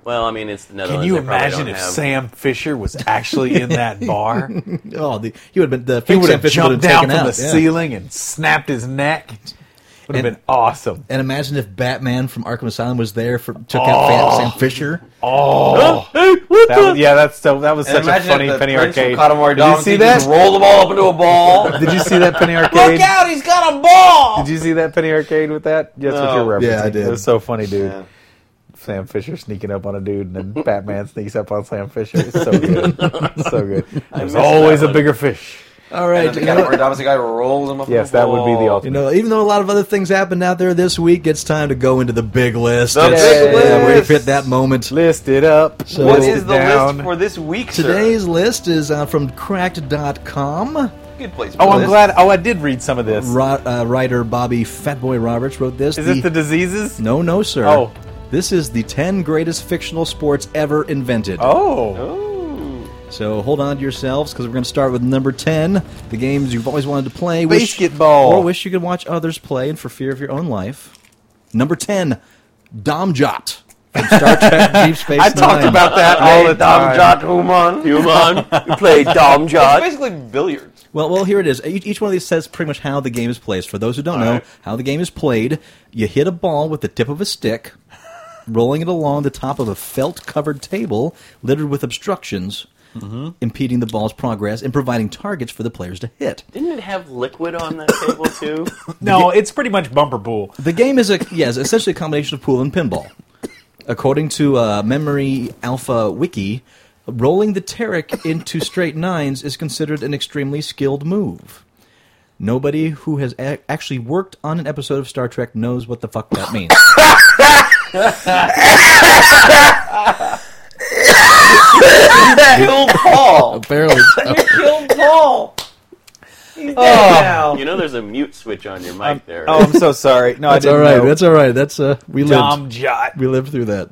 Well, I mean, it's the
Can
Oh,
Netherlands.
you
they probably
imagine
don't
if
have-
Sam Fisher was actually in that bar?
Oh, the, he would have been the
he
fake
would
Sam
have
Fisher would
jumped
have
down
taken
from
out.
the
yeah.
ceiling and snapped his neck. Would have
And-
been awesome.
And imagine if Batman from Arkham Asylum was there for took out Fa- Sam Fisher.
Oh, that was, yeah, that's so. That was
And
such a
imagine
funny
if the
Penny
Prince
Arcade.
From Katamari
Did you
Damacy
see
Just
that?
roll them all up into a ball.
Did you see that Penny Arcade?
Look out! He's got a ball.
Did you see that Penny Arcade with that? That's what
No.
you're referencing.
Yeah, I did.
It was so funny, dude.
Yeah.
Sam Fisher sneaking up on a dude, and then Batman sneaks up on Sam Fisher. It's so good. It's so good. There's
missed
always
that
a
one.
bigger fish.
All
And
right,
the
you know,
Katamari Damacy guy rolls him up.
Yes,
into a
that would be the
ball.
ultimate.
you know, even though a lot of other things happened out there this week, it's time to go into the big list.
The
It's-
big
yeah,
list.
We've hit that moment.
List it up.
So-
What
List
is the list for this week, sir?
Today's list is uh, from Cracked.com.
good place. for
Oh, I'm
this.
glad. Oh, I did read some of this.
Ro- uh, writer Bobby Fatboy Roberts wrote this.
Is it the diseases?
no, no, sir.
Oh.
This is the 10 greatest fictional sports ever invented.
Oh,
So hold on to yourselves because we're going to start with number 10, the games you've always wanted to play.
Basketball.
Wish, or wish you could watch others play and for fear of your own life. Number 10, Domjot. From Star Trek Deep Space
I talked
Nine.
about that all the time.
Human. Human. You play Dom
It's
Jot.
basically billiards.
Well, well, here it is. E-, Each, each one of these says pretty much how the game is played. For those who don't know how the game is played, you hit a ball with the tip of a stick, rolling it along the top of a felt-covered table littered with obstructions, impeding the ball's progress and providing targets for the players to hit.
Didn't it have liquid on that table too?
No, it's pretty much bumper pool.
The game is a yes, essentially a combination of pool and pinball. According to uh, Memory Alpha Wiki, rolling the Tarek into straight nines is considered an extremely skilled move. Nobody who has a- actually worked on an episode of Star Trek knows what the fuck that means.
Kill Paul.
Apparently,
Kill Paul. He's dead now.
you know, there's a mute switch on your mic there.
Oh, I'm so sorry. No,
that's
I
all
didn't
right.
know.
That's all right. That's uh, we lived.
Dom Jot.
We lived through that.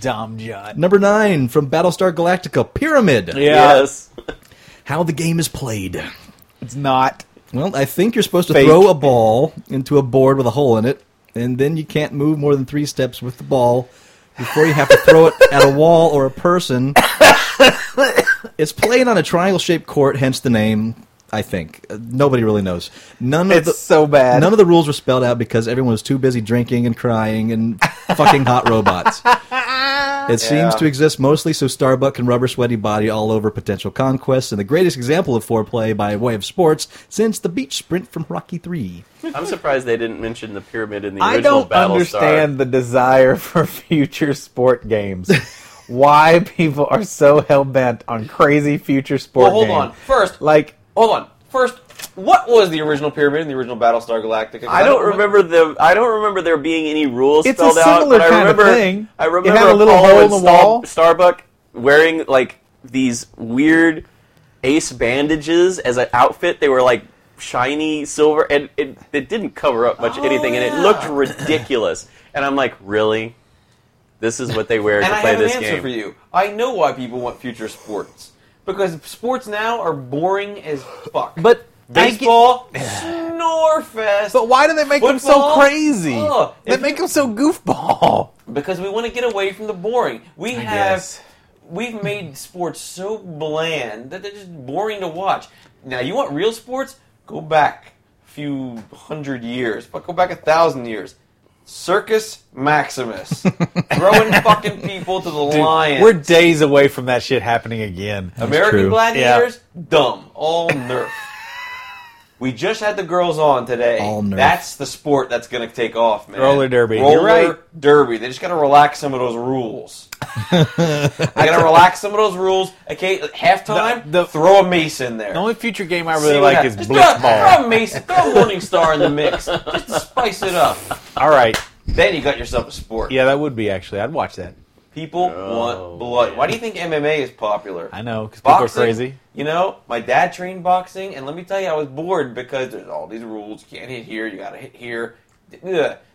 Dom Jot.
Number nine from Battlestar Galactica: Pyramid.
Yes.
How the game is played.
It's not.
Well, I think you're supposed to
Fake.
throw a ball into a board with a hole in it, and then you can't move more than three steps with the ball before you have to throw it at a wall or a person. it's played on a triangle-shaped court, hence the name. I think Uh, nobody really knows. None of
It's
the
so bad.
none of the rules were spelled out because everyone was too busy drinking and crying and fucking hot robots. It seems to exist mostly so Starbuck can rubber sweaty body all over potential conquests, and the greatest example of foreplay by way of sports since the beach sprint from Rocky Three.
I'm surprised they didn't mention the pyramid in the
I
original
don't
Battlestar.
understand the desire for future sport games. Why people are so hell bent on crazy future sport
Well, hold
game.
on. First-
like
Hold on. First, what was the original pyramid in the original Battlestar Galactica? 'Cause
I don't remember the. I don't remember there being any rules
It's a
spelled
similar
out. But I
kind of
remember.
thing.
I
It
remember
had a little
Apollo
hole in
and
the
Star-
wall.
Starbuck wearing like these weird ace bandages as an outfit. They were like shiny silver, and it it didn't cover up
Oh,
much of anything, and it looked ridiculous. and I'm like, really. This is what they wear
And
to
I
play
have an
this
answer
game.
for you. I know why people want future sports because sports now are boring as fuck.
But I get-
baseball, snorefest.
But why do they make them so
Football?
crazy?
Oh,
they
if
make
you-
them so goofball.
because we want to get away from the boring. We have
guess.
we've made sports so bland that they're just boring to watch. Now you want real sports? Go back a few hundred years, but go back a thousand years. Circus Maximus throwing fucking people to the
Dude,
lions.
We're days away from that shit happening again.
American
true.
Gladiators, dumb, all nerf. we just had the girls on today.
All Nerf.
That's the sport that's going to take off, man.
Roller derby.
Roller
You're right.
derby. They just got to relax some of those rules. they got to relax some of those rules. Okay, halftime,
The- the-
throw a mace in there.
The only future game I
See
really
what
like is
happens. Just
Blitz
throw,
Ball.
Throw a mace, throw a morning star in the mix, just to spice it up.
All right.
Then you got yourself a sport.
Yeah, that would be actually. I'd watch that.
People
Oh,
want blood. Why do you think MMA is popular?
I know because people are
boxing,
crazy.
You know, my dad trained boxing, and let me tell you, I was bored because there's all these rules. You can't hit here. You got to hit here. Ugh.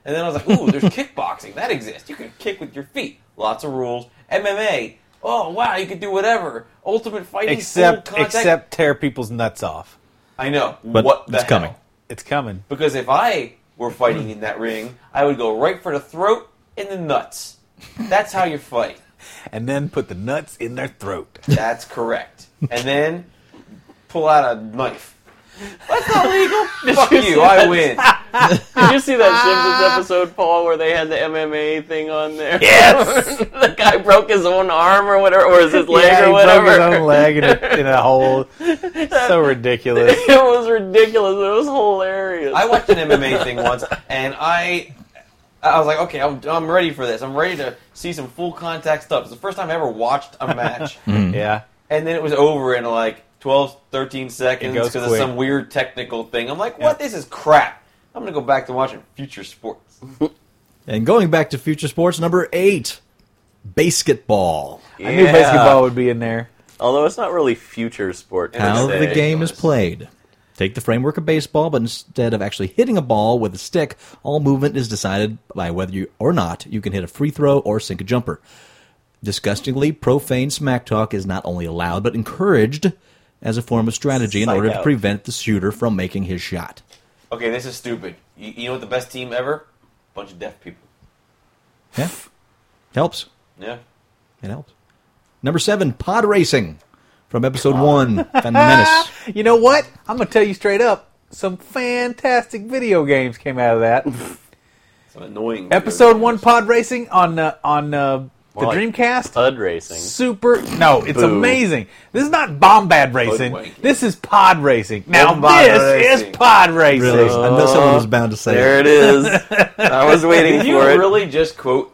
And then I was like, ooh, there's kickboxing that exists. You can kick with your feet. Lots of rules. MMA. Oh wow, you can do whatever. Ultimate fighting. full
Except,
contact.
except tear people's nuts off.
I know.
But
what the
it's
hell?
coming.
It's coming.
Because if I were fighting in that ring, I would go right for the throat and the nuts. That's how you fight.
and then put the nuts in their throat.
That's correct. And then pull out a knife. That's not legal. Fuck you. I win.
Did you see that Simpsons episode, Paul, where they had the MMA thing on there?
Yes!
the guy broke his own arm or whatever, or his leg
yeah,
or
he
whatever.
broke his own leg in a, in a hole. so ridiculous.
it was ridiculous. It was hilarious.
I watched an MMA thing once, and I, I was like, okay, I'm, I'm ready for this. I'm ready to see some full contact stuff. It's the first time I ever watched a match, and
Mm.
Yeah.
then it was over in like 12, 13 seconds
It goes
because of
quick.
some weird technical thing. I'm like, what? This is crap. I'm gonna go back to watching future sports.
And going back to future sports, number eight, basketball.
I knew
Yeah.
basketball would be in there.
Although it's not really future sport. per
How
se.
the game is played. Take the framework of baseball, but instead of actually hitting a ball with a stick, all movement is decided by whether you or not you can hit a free throw or sink a jumper. Disgustingly profane smack talk is not only allowed but encouraged as a form of strategy in
Psych
order to
out.
prevent the shooter from making his shot.
Okay, this is stupid. You, you know what the best team ever? Bunch of deaf people.
Yeah. Helps.
Yeah.
It helps. Number seven, pod racing from episode one, Phantom Menace.
You know what? I'm going to tell you straight up some fantastic video games came out of that.
Some annoying.
Episode 1 Pod Racing on uh, on uh, the
More like
Dreamcast.
Pud racing.
Super. No, it's
Boo.
amazing. This is not bombad racing.
wanking.
This is pod racing. Now,
Bombad
this
racing.
is pod racing.
Really? I know someone was bound to say
There
it.
it is. I was waiting
Did you
for it.
really just quote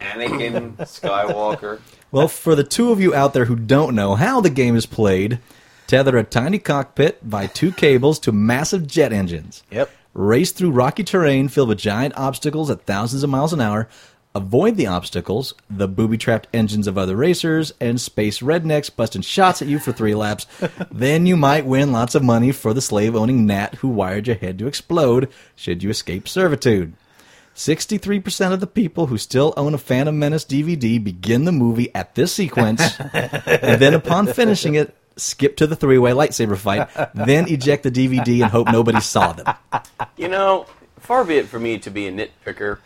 Anakin Skywalker?
Well, for the two of you out there who don't know how the game is played, tether a tiny cockpit by two cables to massive jet engines.
Yep.
Race through rocky terrain filled with giant obstacles at thousands of miles an hour. Avoid the obstacles, the booby trapped engines of other racers, and space rednecks busting shots at you for three laps. then you might win lots of money for the slave owning gnat who wired your head to explode should you escape servitude. 63% of the people who still own a Phantom Menace DVD begin the movie at this sequence, and then upon finishing it, skip to the three way lightsaber fight, then eject the DVD and hope nobody saw them.
You know, far be it for me to be a nitpicker.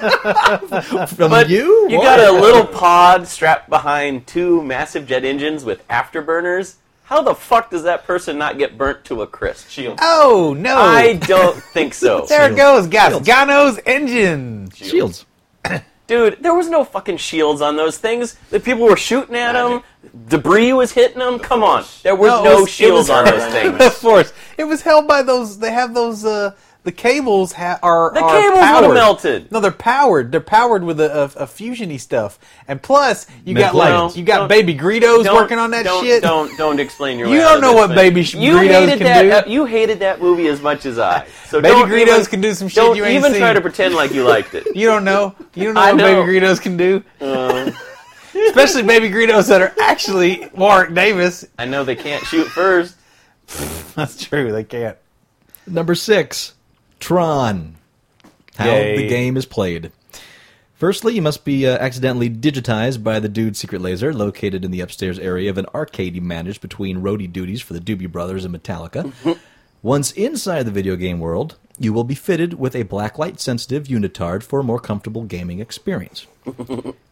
From
But
you?
you got a little pod strapped behind two massive jet engines with afterburners. How the fuck does that person not get burnt to a crisp?
Shield.
Oh, no.
I don't think so.
there it goes, guys.
Shields.
Gano's engine.
shields.
Dude, there was no fucking shields on those things. The people were shooting at them. Debris was hitting them. Come on. There was
No,
no,
it was- it
shields
was-
on those things.
of course. It was held by those. They have those. Uh, the cables ha- are
The
are
cables would've
powered.
melted.
No, they're powered. They're powered with a, a, a fusiony stuff, and plus you got
Meth
like
lab.
you got
Don't-
baby Greedos
Don't-
working on that
don't,
shit.
Don't don't explain your.
You
way
don't
out of
know
this
what
thing.
baby sh-
you
Greedos
hated
can
that,
do.
uh, you hated that movie as much as I. So
Baby
don't
Greedos
even-
can do some shit
Don't
you ain't
even
seen.
try to pretend like you liked it.
You don't know. You don't know
I
what
know. Uh.
baby Greedos can do. Especially baby Greedos that are actually Warwick Davis.
I know they can't shoot first.
That's true. They can't.
Number six, Tron. How
Yay.
the game is played. Firstly, you must be uh, accidentally digitized by the dude's secret laser located in the upstairs area of an arcade you manage between roadie duties for the Doobie Brothers and Metallica. Once inside the video game world, you will be fitted with a blacklight sensitive unitard for a more comfortable gaming experience.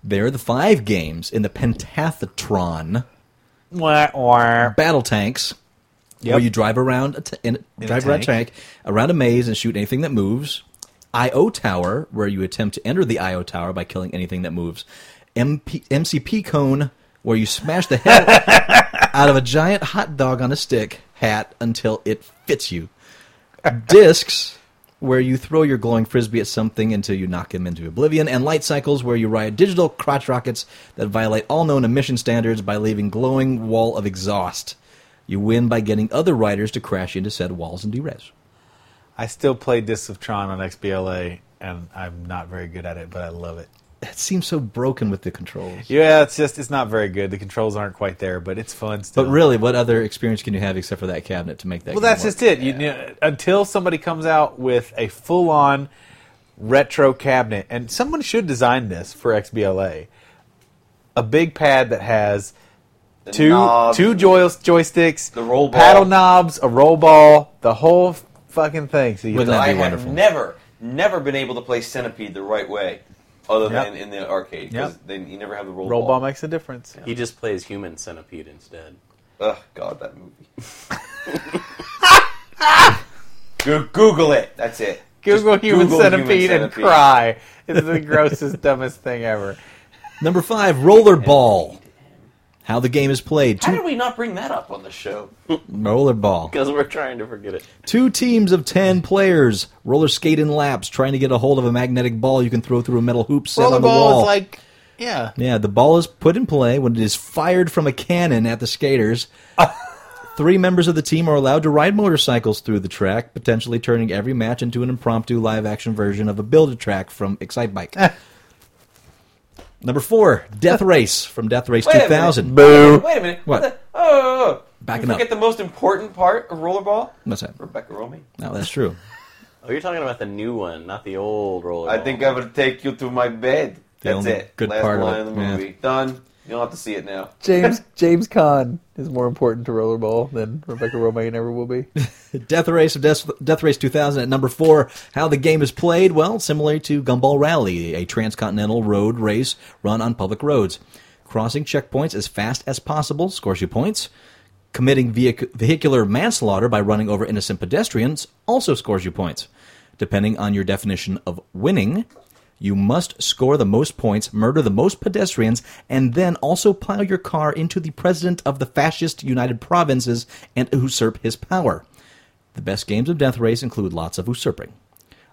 there are the five games in the Pentathlon
Wah, wah.
battle tanks where you drive around a t- in, drive around a tank around a maze and shoot anything that moves. IO Tower, where you attempt to enter the IO Tower by killing anything that moves. MP, MCP Cone, where you smash the hell out of a giant hot dog on a stick hat until it fits you. Discs, where you throw your glowing frisbee at something until you knock him into oblivion. And light cycles, where you ride digital crotch rockets that violate all known emission standards by leaving glowing wall of exhaust. You win by getting other riders to crash into said walls and derez.
I still play Discs of Tron on XBLA, and I'm not very good at it, but I love it.
That seems so broken with the controls.
Yeah, it's just it's not very good. The controls aren't quite there, but it's fun still.
But really, what other experience can you have except for that cabinet to make that?
well, that's
game work?
just it. You, you- until somebody comes out with a full-on retro cabinet, and someone should design this for XBLA, a big pad that has
The
two
knobs.
two joy- joysticks,
The roll ball.
paddle knobs, a roll ball, the whole fucking thing. So you
With
can-
That'd
I
be
have
wonderful.
never, never been able to play Centipede the right way. other
Yep.
than in the arcade because
Yep.
then you never have the roll,
Roll ball
ball.
makes a difference.
He just plays Human Centipede instead.
Ugh, God, that movie. Go- Google it. That's it.
Google,
Just
human,
Google
centipede and
centipede.
cry. It's the grossest, dumbest thing ever.
Number five, rollerball. How the game is played.
How
Two,
did we not bring that up on the show?
rollerball.
Because we're trying to forget it.
Two teams of ten players roller skate in laps, trying to get a hold of a magnetic ball you can throw through a metal hoop set on the wall.
is like, yeah.
yeah, the ball is put in play when it is fired from a cannon at the skaters. Three members of the team are allowed to ride motorcycles through the track, potentially turning every match into an impromptu live-action version of a build-a-track from
Eh.
Excitebike. Number four, Death Race from Death Race
Wait a minute.
2000.
Boo.
Wait a minute.
What?
the- oh, oh, oh.
Backing
you forget
up.
the most important part of rollerball.
What's that?
Rebecca Romy.
No, that's true.
Oh, you're talking about the new one, not the old roller.
I
ball.
think I would take you to my bed.
The
That's
only
it.
good
Last
part of
line
it,
of the
yeah.
movie. Done. You don't have to see it now.
James James Caan is more important to rollerball than Rebecca Romaine ever will be.
Death Race of Death, Death Race 2000 at number four. How the game is played? Well, similar to Gumball Rally, a transcontinental road race run on public roads. Crossing checkpoints as fast as possible scores you points. Committing vehic- vehicular manslaughter by running over innocent pedestrians also scores you points. Depending on your definition of winning, you must score the most points, murder the most pedestrians, and then also plow your car into the president of the fascist United Provinces and usurp his power. The best games of Death Race include lots of usurping.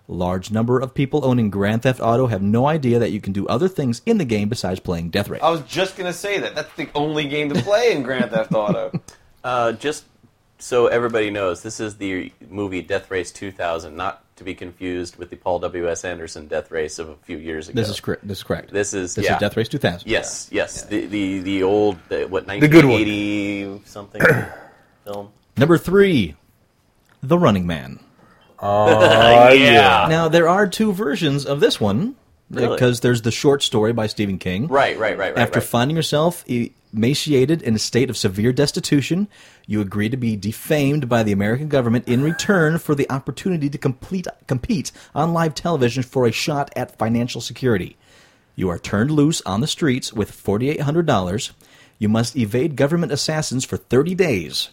Large number of people owning Grand Theft Auto have no idea that you can do other things in the game besides playing Death
Oh,
Race.
I was just gonna say that. That's the only game to play in Grand Theft Auto.
Uh, just so everybody knows, this is the movie Death Race 2000, not to be confused with the Paul W. S. Anderson Death Race of a few years ago.
this is correct. This is correct.
This is-
this
yeah.
is Death Race 2000.
Yes, yes, the the the old the, what
good one.
1980 something film.
Number three, The Running Man.
Uh, yeah.
Now there are two versions of this one
Ah. Really?
because there's the short story by Stephen King.
Right, right, right, right.
After
right.
finding yourself e-, emaciated in a state of severe destitution, you agree to be defamed by the American government in return for the opportunity to complete, compete on live television for a shot at financial security. You are turned loose on the streets with $4,800. You must evade government assassins for 30 days.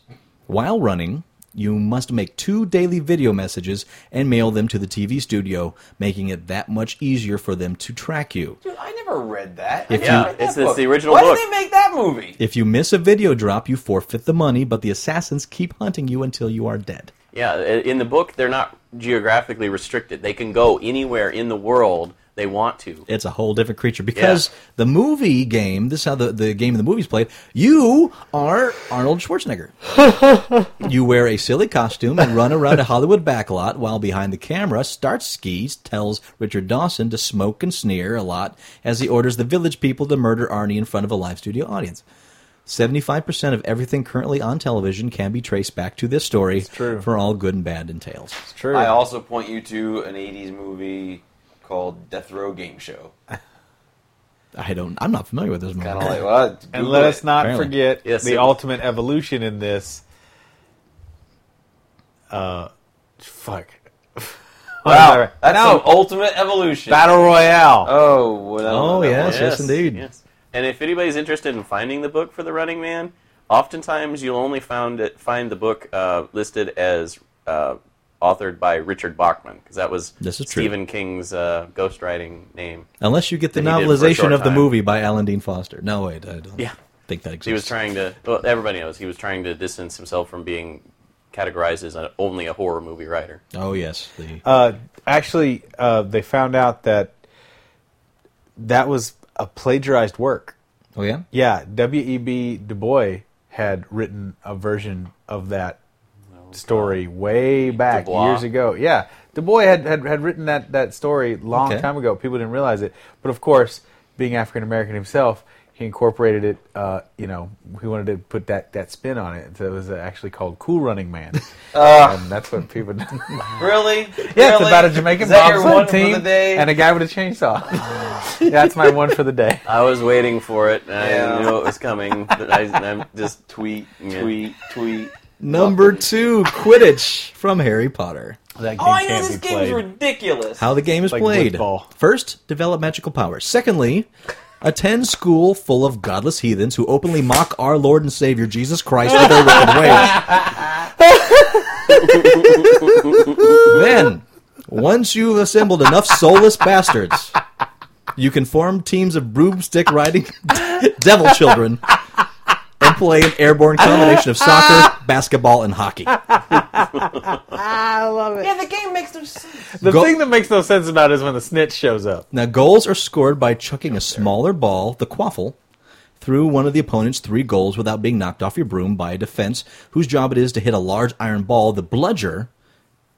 While running, you must make two daily video messages and mail them to the TV studio, making it that much easier for them to track you.
Dude, I never read that.
If
I
you-
never read that
it's- it's
book.
the original
Why
book.
did they make that movie?
If you miss a video drop, you forfeit the money, but the assassins keep hunting you until you are dead.
Yeah, i- in the book, they're not geographically restricted. They can go anywhere in the world they want to.
It's a whole different creature because the movie game, this is how the, the game in the movie's played, you are Arnold Schwarzenegger. you wear a silly costume and run around a Hollywood backlot while behind the camera, Starsky tells Richard Dawson to smoke and sneer a lot as he orders the village people to murder Arnie in front of a live studio audience. 75% of everything currently on television can be traced back to this story
true.
for all good and bad entails.
True.
I also point you to an '80s movie called Death Row Game Show.
I don't. I'm not familiar with this movie.
Kind of like well,
and
Google
let
it.
us not
Apparently.
forget
Yes,
the
it-
ultimate evolution in this. Uh, fuck.
Wow, that's
no
some ultimate evolution.
battle royale.
Oh, well,
Oh,
that
yes.
one.
indeed.
Yes. And if anybody's interested in finding the book for The Running Man, oftentimes you'll only found it, find the book uh, listed as uh, authored by Richard Bachman, because that was
This is true.
Stephen King's uh, ghostwriting name.
Unless you get the
That he did for a
novelization
short
of the
time.
movie by Alan Dean Foster. No, wait, I don't
Yeah.
think that exists.
He was trying to, well, everybody knows, he was trying to distance himself from being categorized as a, only a horror movie writer.
Oh yes, the
Uh, actually, uh, they found out that that was a plagiarized work.
oh yeah,
Yeah, W.E.B. Du Bois had written a version of that
Oh,
story way back
Bois.
years ago. Yeah, Du Bois had, had, had written that, that story long
Okay.
time ago. People didn't realize it, but of course, being African American himself, he incorporated it. Uh, you know, he wanted to put that, that spin on it. So it was actually called Cool Running Man, and that's what people. yeah,
Really?
it's
Really?
about a Jamaican
Is that your
bobsled
one for
team
the day?
and a guy with a chainsaw. yeah, that's my one for the day.
I was waiting for it, and
Yeah.
I knew it was coming, but I, I'm just
tweet,
Yeah.
tweet, tweet.
Number two, Quidditch from Harry Potter.
That game
Oh, I know
can't
this
be
game is
played.
ridiculous.
How the game is
Like
played.
Blitz Ball.
First, develop magical powers. Secondly, attend school full of godless heathens who openly mock our Lord and Savior Jesus Christ for their wicked ways. then, once you've assembled enough soulless bastards, you can form teams of broomstick riding devil children and play an airborne combination of soccer, basketball, and hockey.
yeah, the game makes no sense.
The
Go-
thing that makes no sense about it is when the snitch shows up.
Now, goals are scored by chucking a smaller ball, the quaffle, through one of the opponent's three goals without being knocked off your broom by a defense whose job it is to hit a large iron ball, the bludger,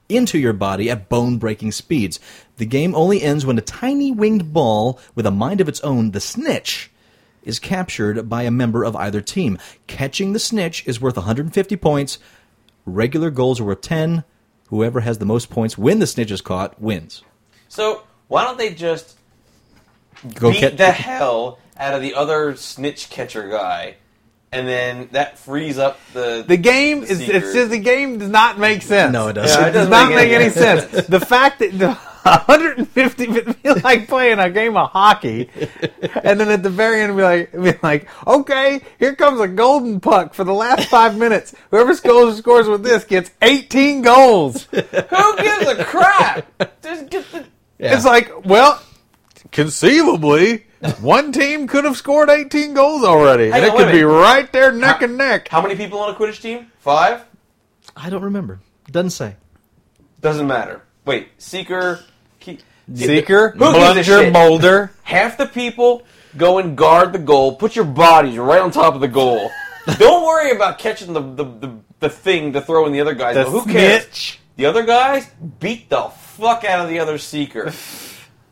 into your body at bone breaking speeds. The game only ends when a tiny winged ball with a mind of its own, the snitch, is captured by a member of either team. Catching the snitch is worth 150 points. Regular goals are worth 10. Whoever has the most points when the snitch is caught wins.
So why don't they just
Go
beat
catch
the hell out of the other snitch catcher guy, and then that frees up the
The game
The
is
secret.
it's just the game does not make sense.
No, it
It,
doesn't.
Yeah, it
does
doesn't
not
make
make
any
any sense. The fact that the 150 it'd be like playing a game of hockey, and then at the very end be like be like, okay, here comes a golden puck for the last five minutes. Whoever scores scores with this gets 18 goals.
Who gives a crap? Just get the
Yeah.
It's like, well, conceivably, one team could have scored 18 goals already, and
on,
it
wait a
could be
minute.
right there neck and neck.
how many people on a Quidditch team? Five.
I don't remember. Doesn't say.
Doesn't matter. Wait, seeker. Key.
Seeker,
Who gives a
Blunger,
shit?
Molder.
Half the people go and guard the goal. Put your bodies right on top of the goal. Don't worry about catching the the, the, the thing to throw in the other guys.
The
but who cares?
snitch.
The other guys beat the fuck out of the other seeker.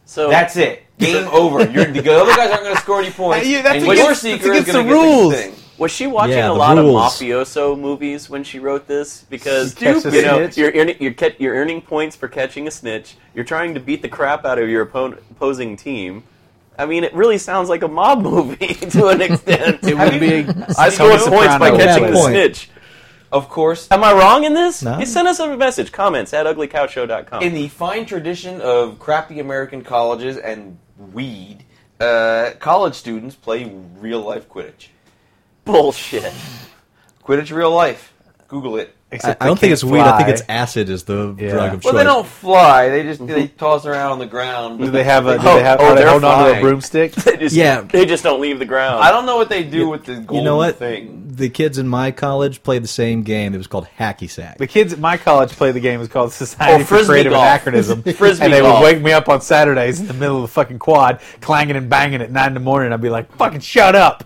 So
That's it. Game over. You're, the other guys aren't going to score any points.
Uh, yeah, that's
and
against-
your
that's
seeker
against
is going
the
to get
rules.
the thing.
Was she watching
Yeah,
a
the
lot
rules.
of mafioso movies when she wrote this? Because
Catch the
you know
snitch.
you're earning, you're, ca- you're earning points for catching a snitch. You're trying to beat the crap out of your oppo- opposing team. I mean, it really sounds like a mob movie to an extent. it
would be-
I scored
Tony
points by
Soprano.
catching
Bad
the
point.
snitch.
Of course,
Am I wrong in this?
No.
You send us a message. Comments at uglycowshow.com.
in the fine tradition of crappy American colleges and weed, uh, college students play real life Quidditch.
Bullshit.
Quidditch real life. Google it.
I, I don't think it's weed. I think it's acid is the
Yeah.
drug of choice.
Well, they don't fly. They just they
Mm-hmm.
toss around on the ground.
Do they have a? Do
Oh,
they have?
oh,
are they
they're
holding on to a
fine.
broomstick?
They just,
Yeah.
They just don't leave the ground.
I don't know what they do with the golden
you know what?
thing.
The kids in my college played the same game. It was called hacky sack.
The kids at my college play the game. It's called Society
Oh,
for
frisbee
Creative
golf.
Anachronism.
Frisbee
and they
golf.
would wake me up on Saturdays in the middle of the fucking quad, clanging and banging at nine in the morning. I'd be like, "Fucking shut up,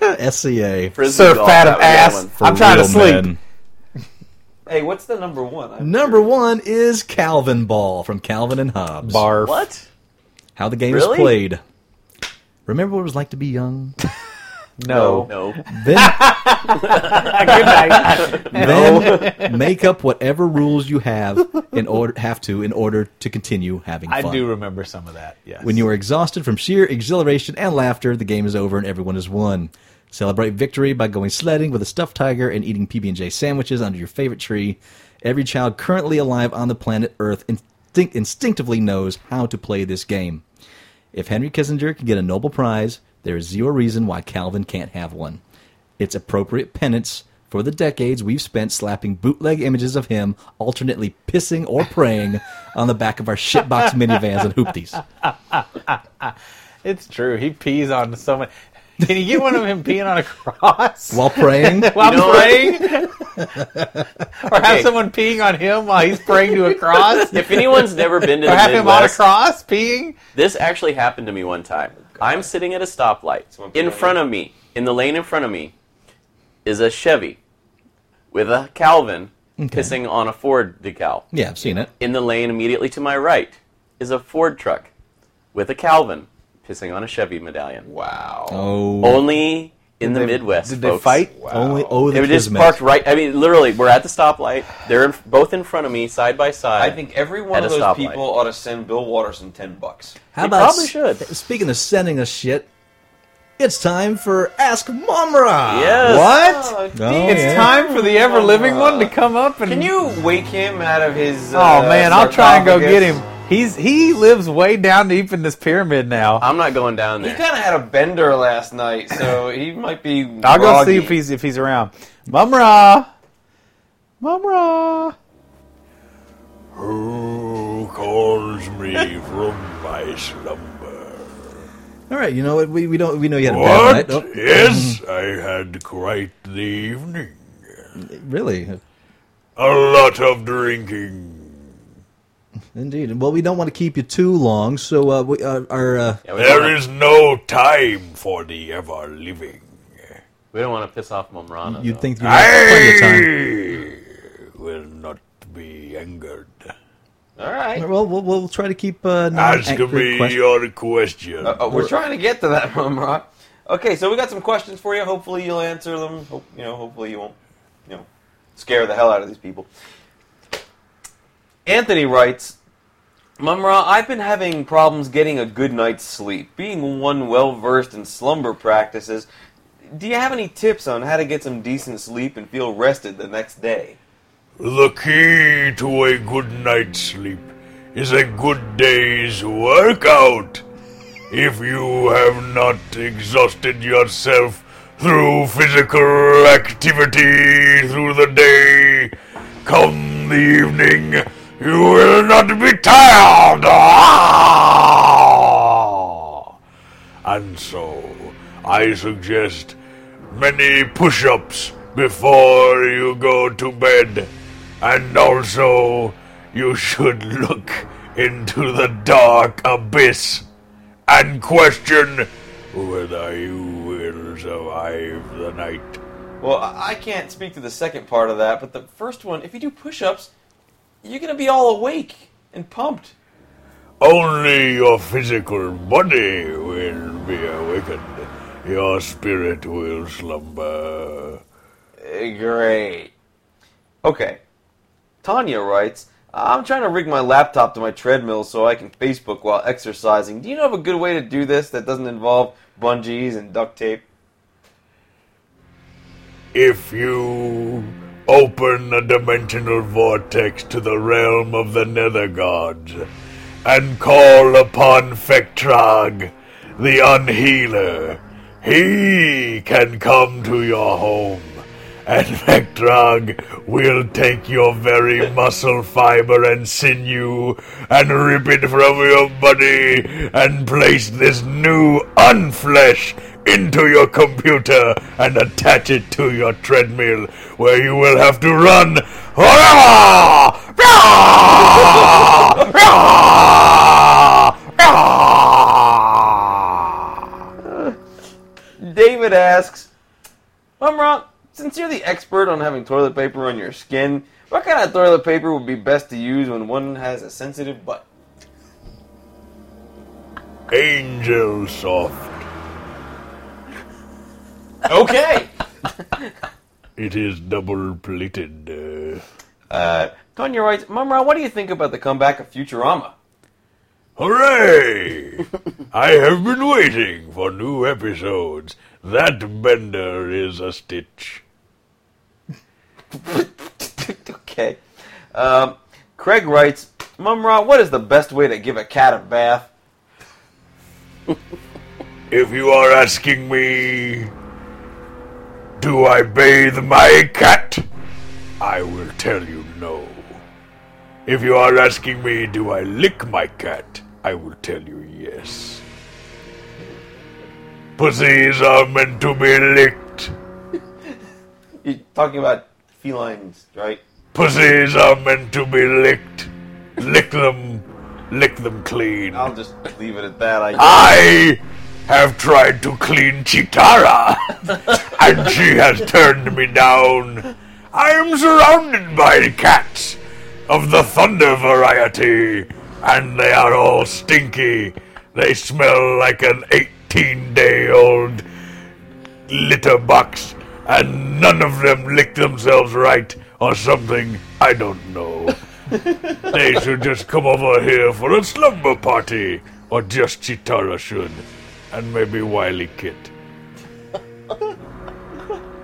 SCA.
Frisbee
Sir
golf,
Fat
that
of
was that
Ass.
one.
for
I'm trying to
real
sleep.
men.
Hey, what's the number one? I'm
Number one is Calvin Ball from Calvin and Hobbes.
barf."
What?
How the game
Really?
is played. Remember what it was like to be young?
No.
No.
Then,
Good night.
then make up whatever rules you have in order have to in order to continue having
I
fun.
do remember some of that. Yes.
When you are exhausted from sheer exhilaration and laughter, the game is over and everyone has won. Celebrate victory by going sledding with a stuffed tiger and eating PB&J sandwiches under your favorite tree. Every child currently alive on the planet Earth instinct- instinctively knows how to play this game. If Henry Kissinger can get a Nobel Prize, there is zero reason why Calvin can't have one. It's appropriate penance for the decades we've spent slapping bootleg images of him, alternately pissing or praying, on the back of our shitbox minivans and hoopties.
it's true. He pees on someone. Can you get one of him peeing on a cross?
while praying.
while
know what?
praying, or have someone peeing on him while he's praying to a cross,
If anyone's never been to
or
the
have him on a
Midwest,
cross peeing.
This actually happened to me one time. I'm sitting at a stoplight.
Oh, Someone put
In
that in.
front of me, in the lane in front of me, is a Chevy with a Calvin pissing on a Ford decal.
yeah, I've seen it.
In the lane immediately to my right is a Ford truck with a Calvin pissing on a Chevy medallion.
Wow.
Oh,
Only in the Midwest.
Did they
folks.
fight?
only oh
They
the
were just
kismet.
parked right. I mean, literally, we're at the stoplight. They're in, both in front of me, side by
I
side.
think every one
At
of
a
those
stoplight.
people ought to send Bill Watterson ten bucks.
How
They
about
probably should.
Speaking of sending us shit, It's time for Ask
uh,
Momra.
Yes.
What?
Oh,
it's
yeah.
time for the ever living one to come up and.
Can you wake him out of his? uh,
Oh man, I'll try and go get him. He's he lives way down deep in this pyramid now.
I'm not going down
He
there.
kind of had a bender last night, so he might be.
I'll go
groggy.
see if he's if he's around. Mumra, Mumra.
Who calls me from my slumber?
All right, you know what? We, we don't we know you had a
What?
bad night. Oh,
Yes, I had quite the evening.
really?
A lot of drinking.
Indeed. Well, we don't want to keep you too long, so uh, we, uh, our uh,
Yeah,
Oh,
we, don't
There
wanna,
is no time for the ever living.
we don't want to piss off Momrana.
you'd think you had plenty of time.
I will not be angered.
All right.
Well, we'll, we'll try to keep uh,
Ask
non-accurate
me
questions.
your question.
Uh, uh, we're trying to get to that, Mumra. Okay, so we got some questions for you. Hopefully, you'll answer them. Hope, you know, hopefully you won't, you know, scare the hell out of these people. Anthony writes, Mumra, I've been having problems getting a good night's sleep. Being one well versed in slumber practices, do you have any tips on how to get some decent sleep and feel rested the next day?
The key to a good night's sleep is a good day's workout. If you have not exhausted yourself through physical activity through the day, come the evening, you will not be tired. Ah! And so, I suggest many push ups before you go to bed. And also, you should look into the dark abyss and question whether you will survive the night.
Well, I I can't speak to the second part of that, but the first one, if you do push ups, you're going to be all awake and pumped.
Only your physical body will be awakened, your spirit will slumber.
Great. Okay. Tanya writes, I'm trying to rig my laptop to my treadmill so I can Facebook while exercising. Do you know of a good way to do this that doesn't involve bungees and duct tape?
If you open a dimensional vortex to the realm of the nether gods and call upon Fektrag, the unhealer, he can come to your home. And Vectrog will take your very muscle fiber and sinew and rip it from your body and place this new unflesh into your computer and attach it to your treadmill where you will have to run.
David asks, Mumra, since you're the expert on having toilet paper on your skin, what kind of toilet paper would be best to use when one has a sensitive butt?
Angel soft.
Okay!
It is double plated.
uh, Tanya writes, Mumra, what do you think about the comeback of Futurama?
Hooray! I have been waiting for new episodes. That bender is a stitch.
okay. Um, Craig writes, Mumra, what is the best way to give a cat a bath?
If you are asking me, do I bathe my cat? I will tell you no. If you are asking me, do I lick my cat? I will tell you yes. Pussies are meant to be licked.
You're talking about felines, right?
Pussies are meant to be licked. Lick them. Lick them clean.
I'll just leave it at that. I guess.
I have tried to clean Chitara, and she has turned me down. I am surrounded by cats of the thunder variety, and they are all stinky. They smell like an 18 day old litter box, and none of them lick themselves right or something. I don't know. They should just come over here for a slumber party. Or just Chitara should. And maybe Wily Kit.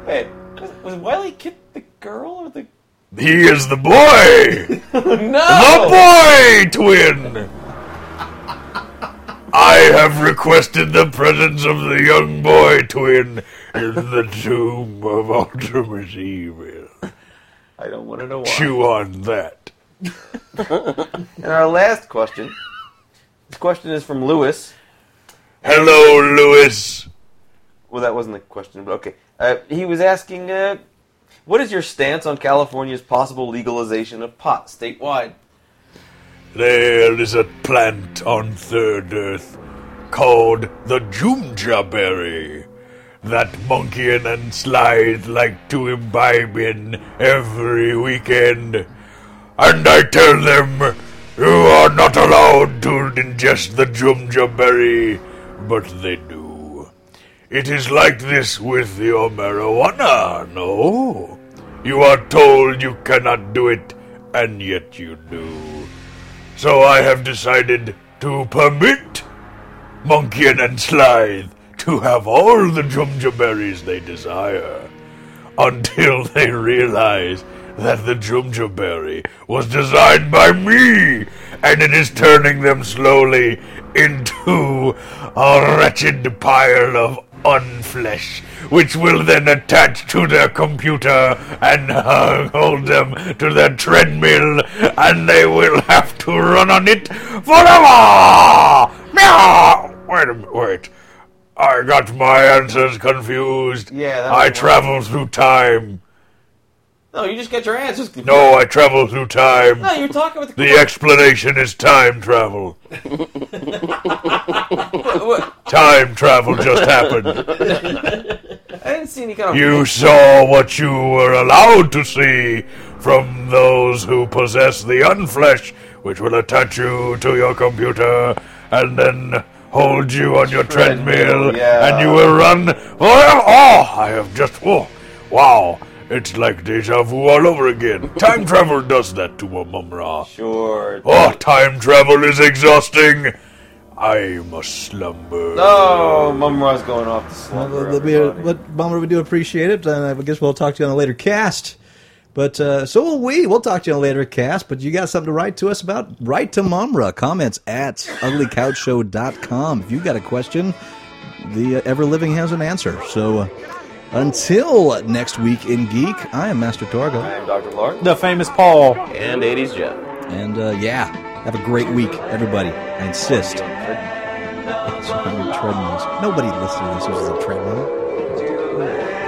Wait, was, was Wiley Kid the girl or the?
He is the boy!
No.
The boy twin! I have requested the presence of the young boy twin in the tomb of Ultimus Evil.
I don't want to know why.
Chew on that.
And our last question. This question is from Lewis.
Hello, Lewis.
Well, that wasn't the question, but okay. Uh, he was asking, uh, what is your stance on California's possible legalization of pot statewide?
There is a plant on Third Earth called the Jumja berry that Monkian and Slythe like to imbibe in every weekend. And I tell them, you are not allowed to ingest the Jumja berry, but they do. It is like this with your marijuana, no? You are told you cannot do it, and yet you do. So I have decided to permit Monkian and Slythe to have all the Jumja berries they desire until they realize that the Jumja berry was designed by me and it is turning them slowly into a wretched pile of unflesh which will then attach to their computer and uh, hold them to their treadmill and they will have to run on it forever Meow! wait a minute wait I got my answers confused.
Yeah, that
I
was-
travel through time.
No, you just get your answers.
No, I travel through time.
No, you're talking with
The explanation is time travel. time travel just happened.
I didn't see any kind of.
You saw what you were allowed to see from those who possess the unflesh, which will attach you to your computer and then hold you on your treadmill,
yeah.
and you will run. Oh, oh, I have just. Oh, wow. It's like deja vu all over again. Time travel does that to a mumra.
Sure.
Oh, time travel is exhausting. I must slumber.
No, Mumra's Oh, going off to slumber.
Well, we,
everybody.
but uh, Bummer, we do appreciate it, and I guess we'll talk to you on a later cast. But uh, so will we. We'll talk to you on a later cast. But you got something to write to us about? Write to Mumra. Comments at uglycouchshow.com. If you got a question, the uh, ever living has an answer. So uh, until next week in Geek, I am Master Torgo.
I'm Dr. Lark.
The famous Paul.
And 80s Jeff.
And uh, yeah, have a great week, everybody. I insist. It's on treadmills. Nobody listening to this uses a treadmill.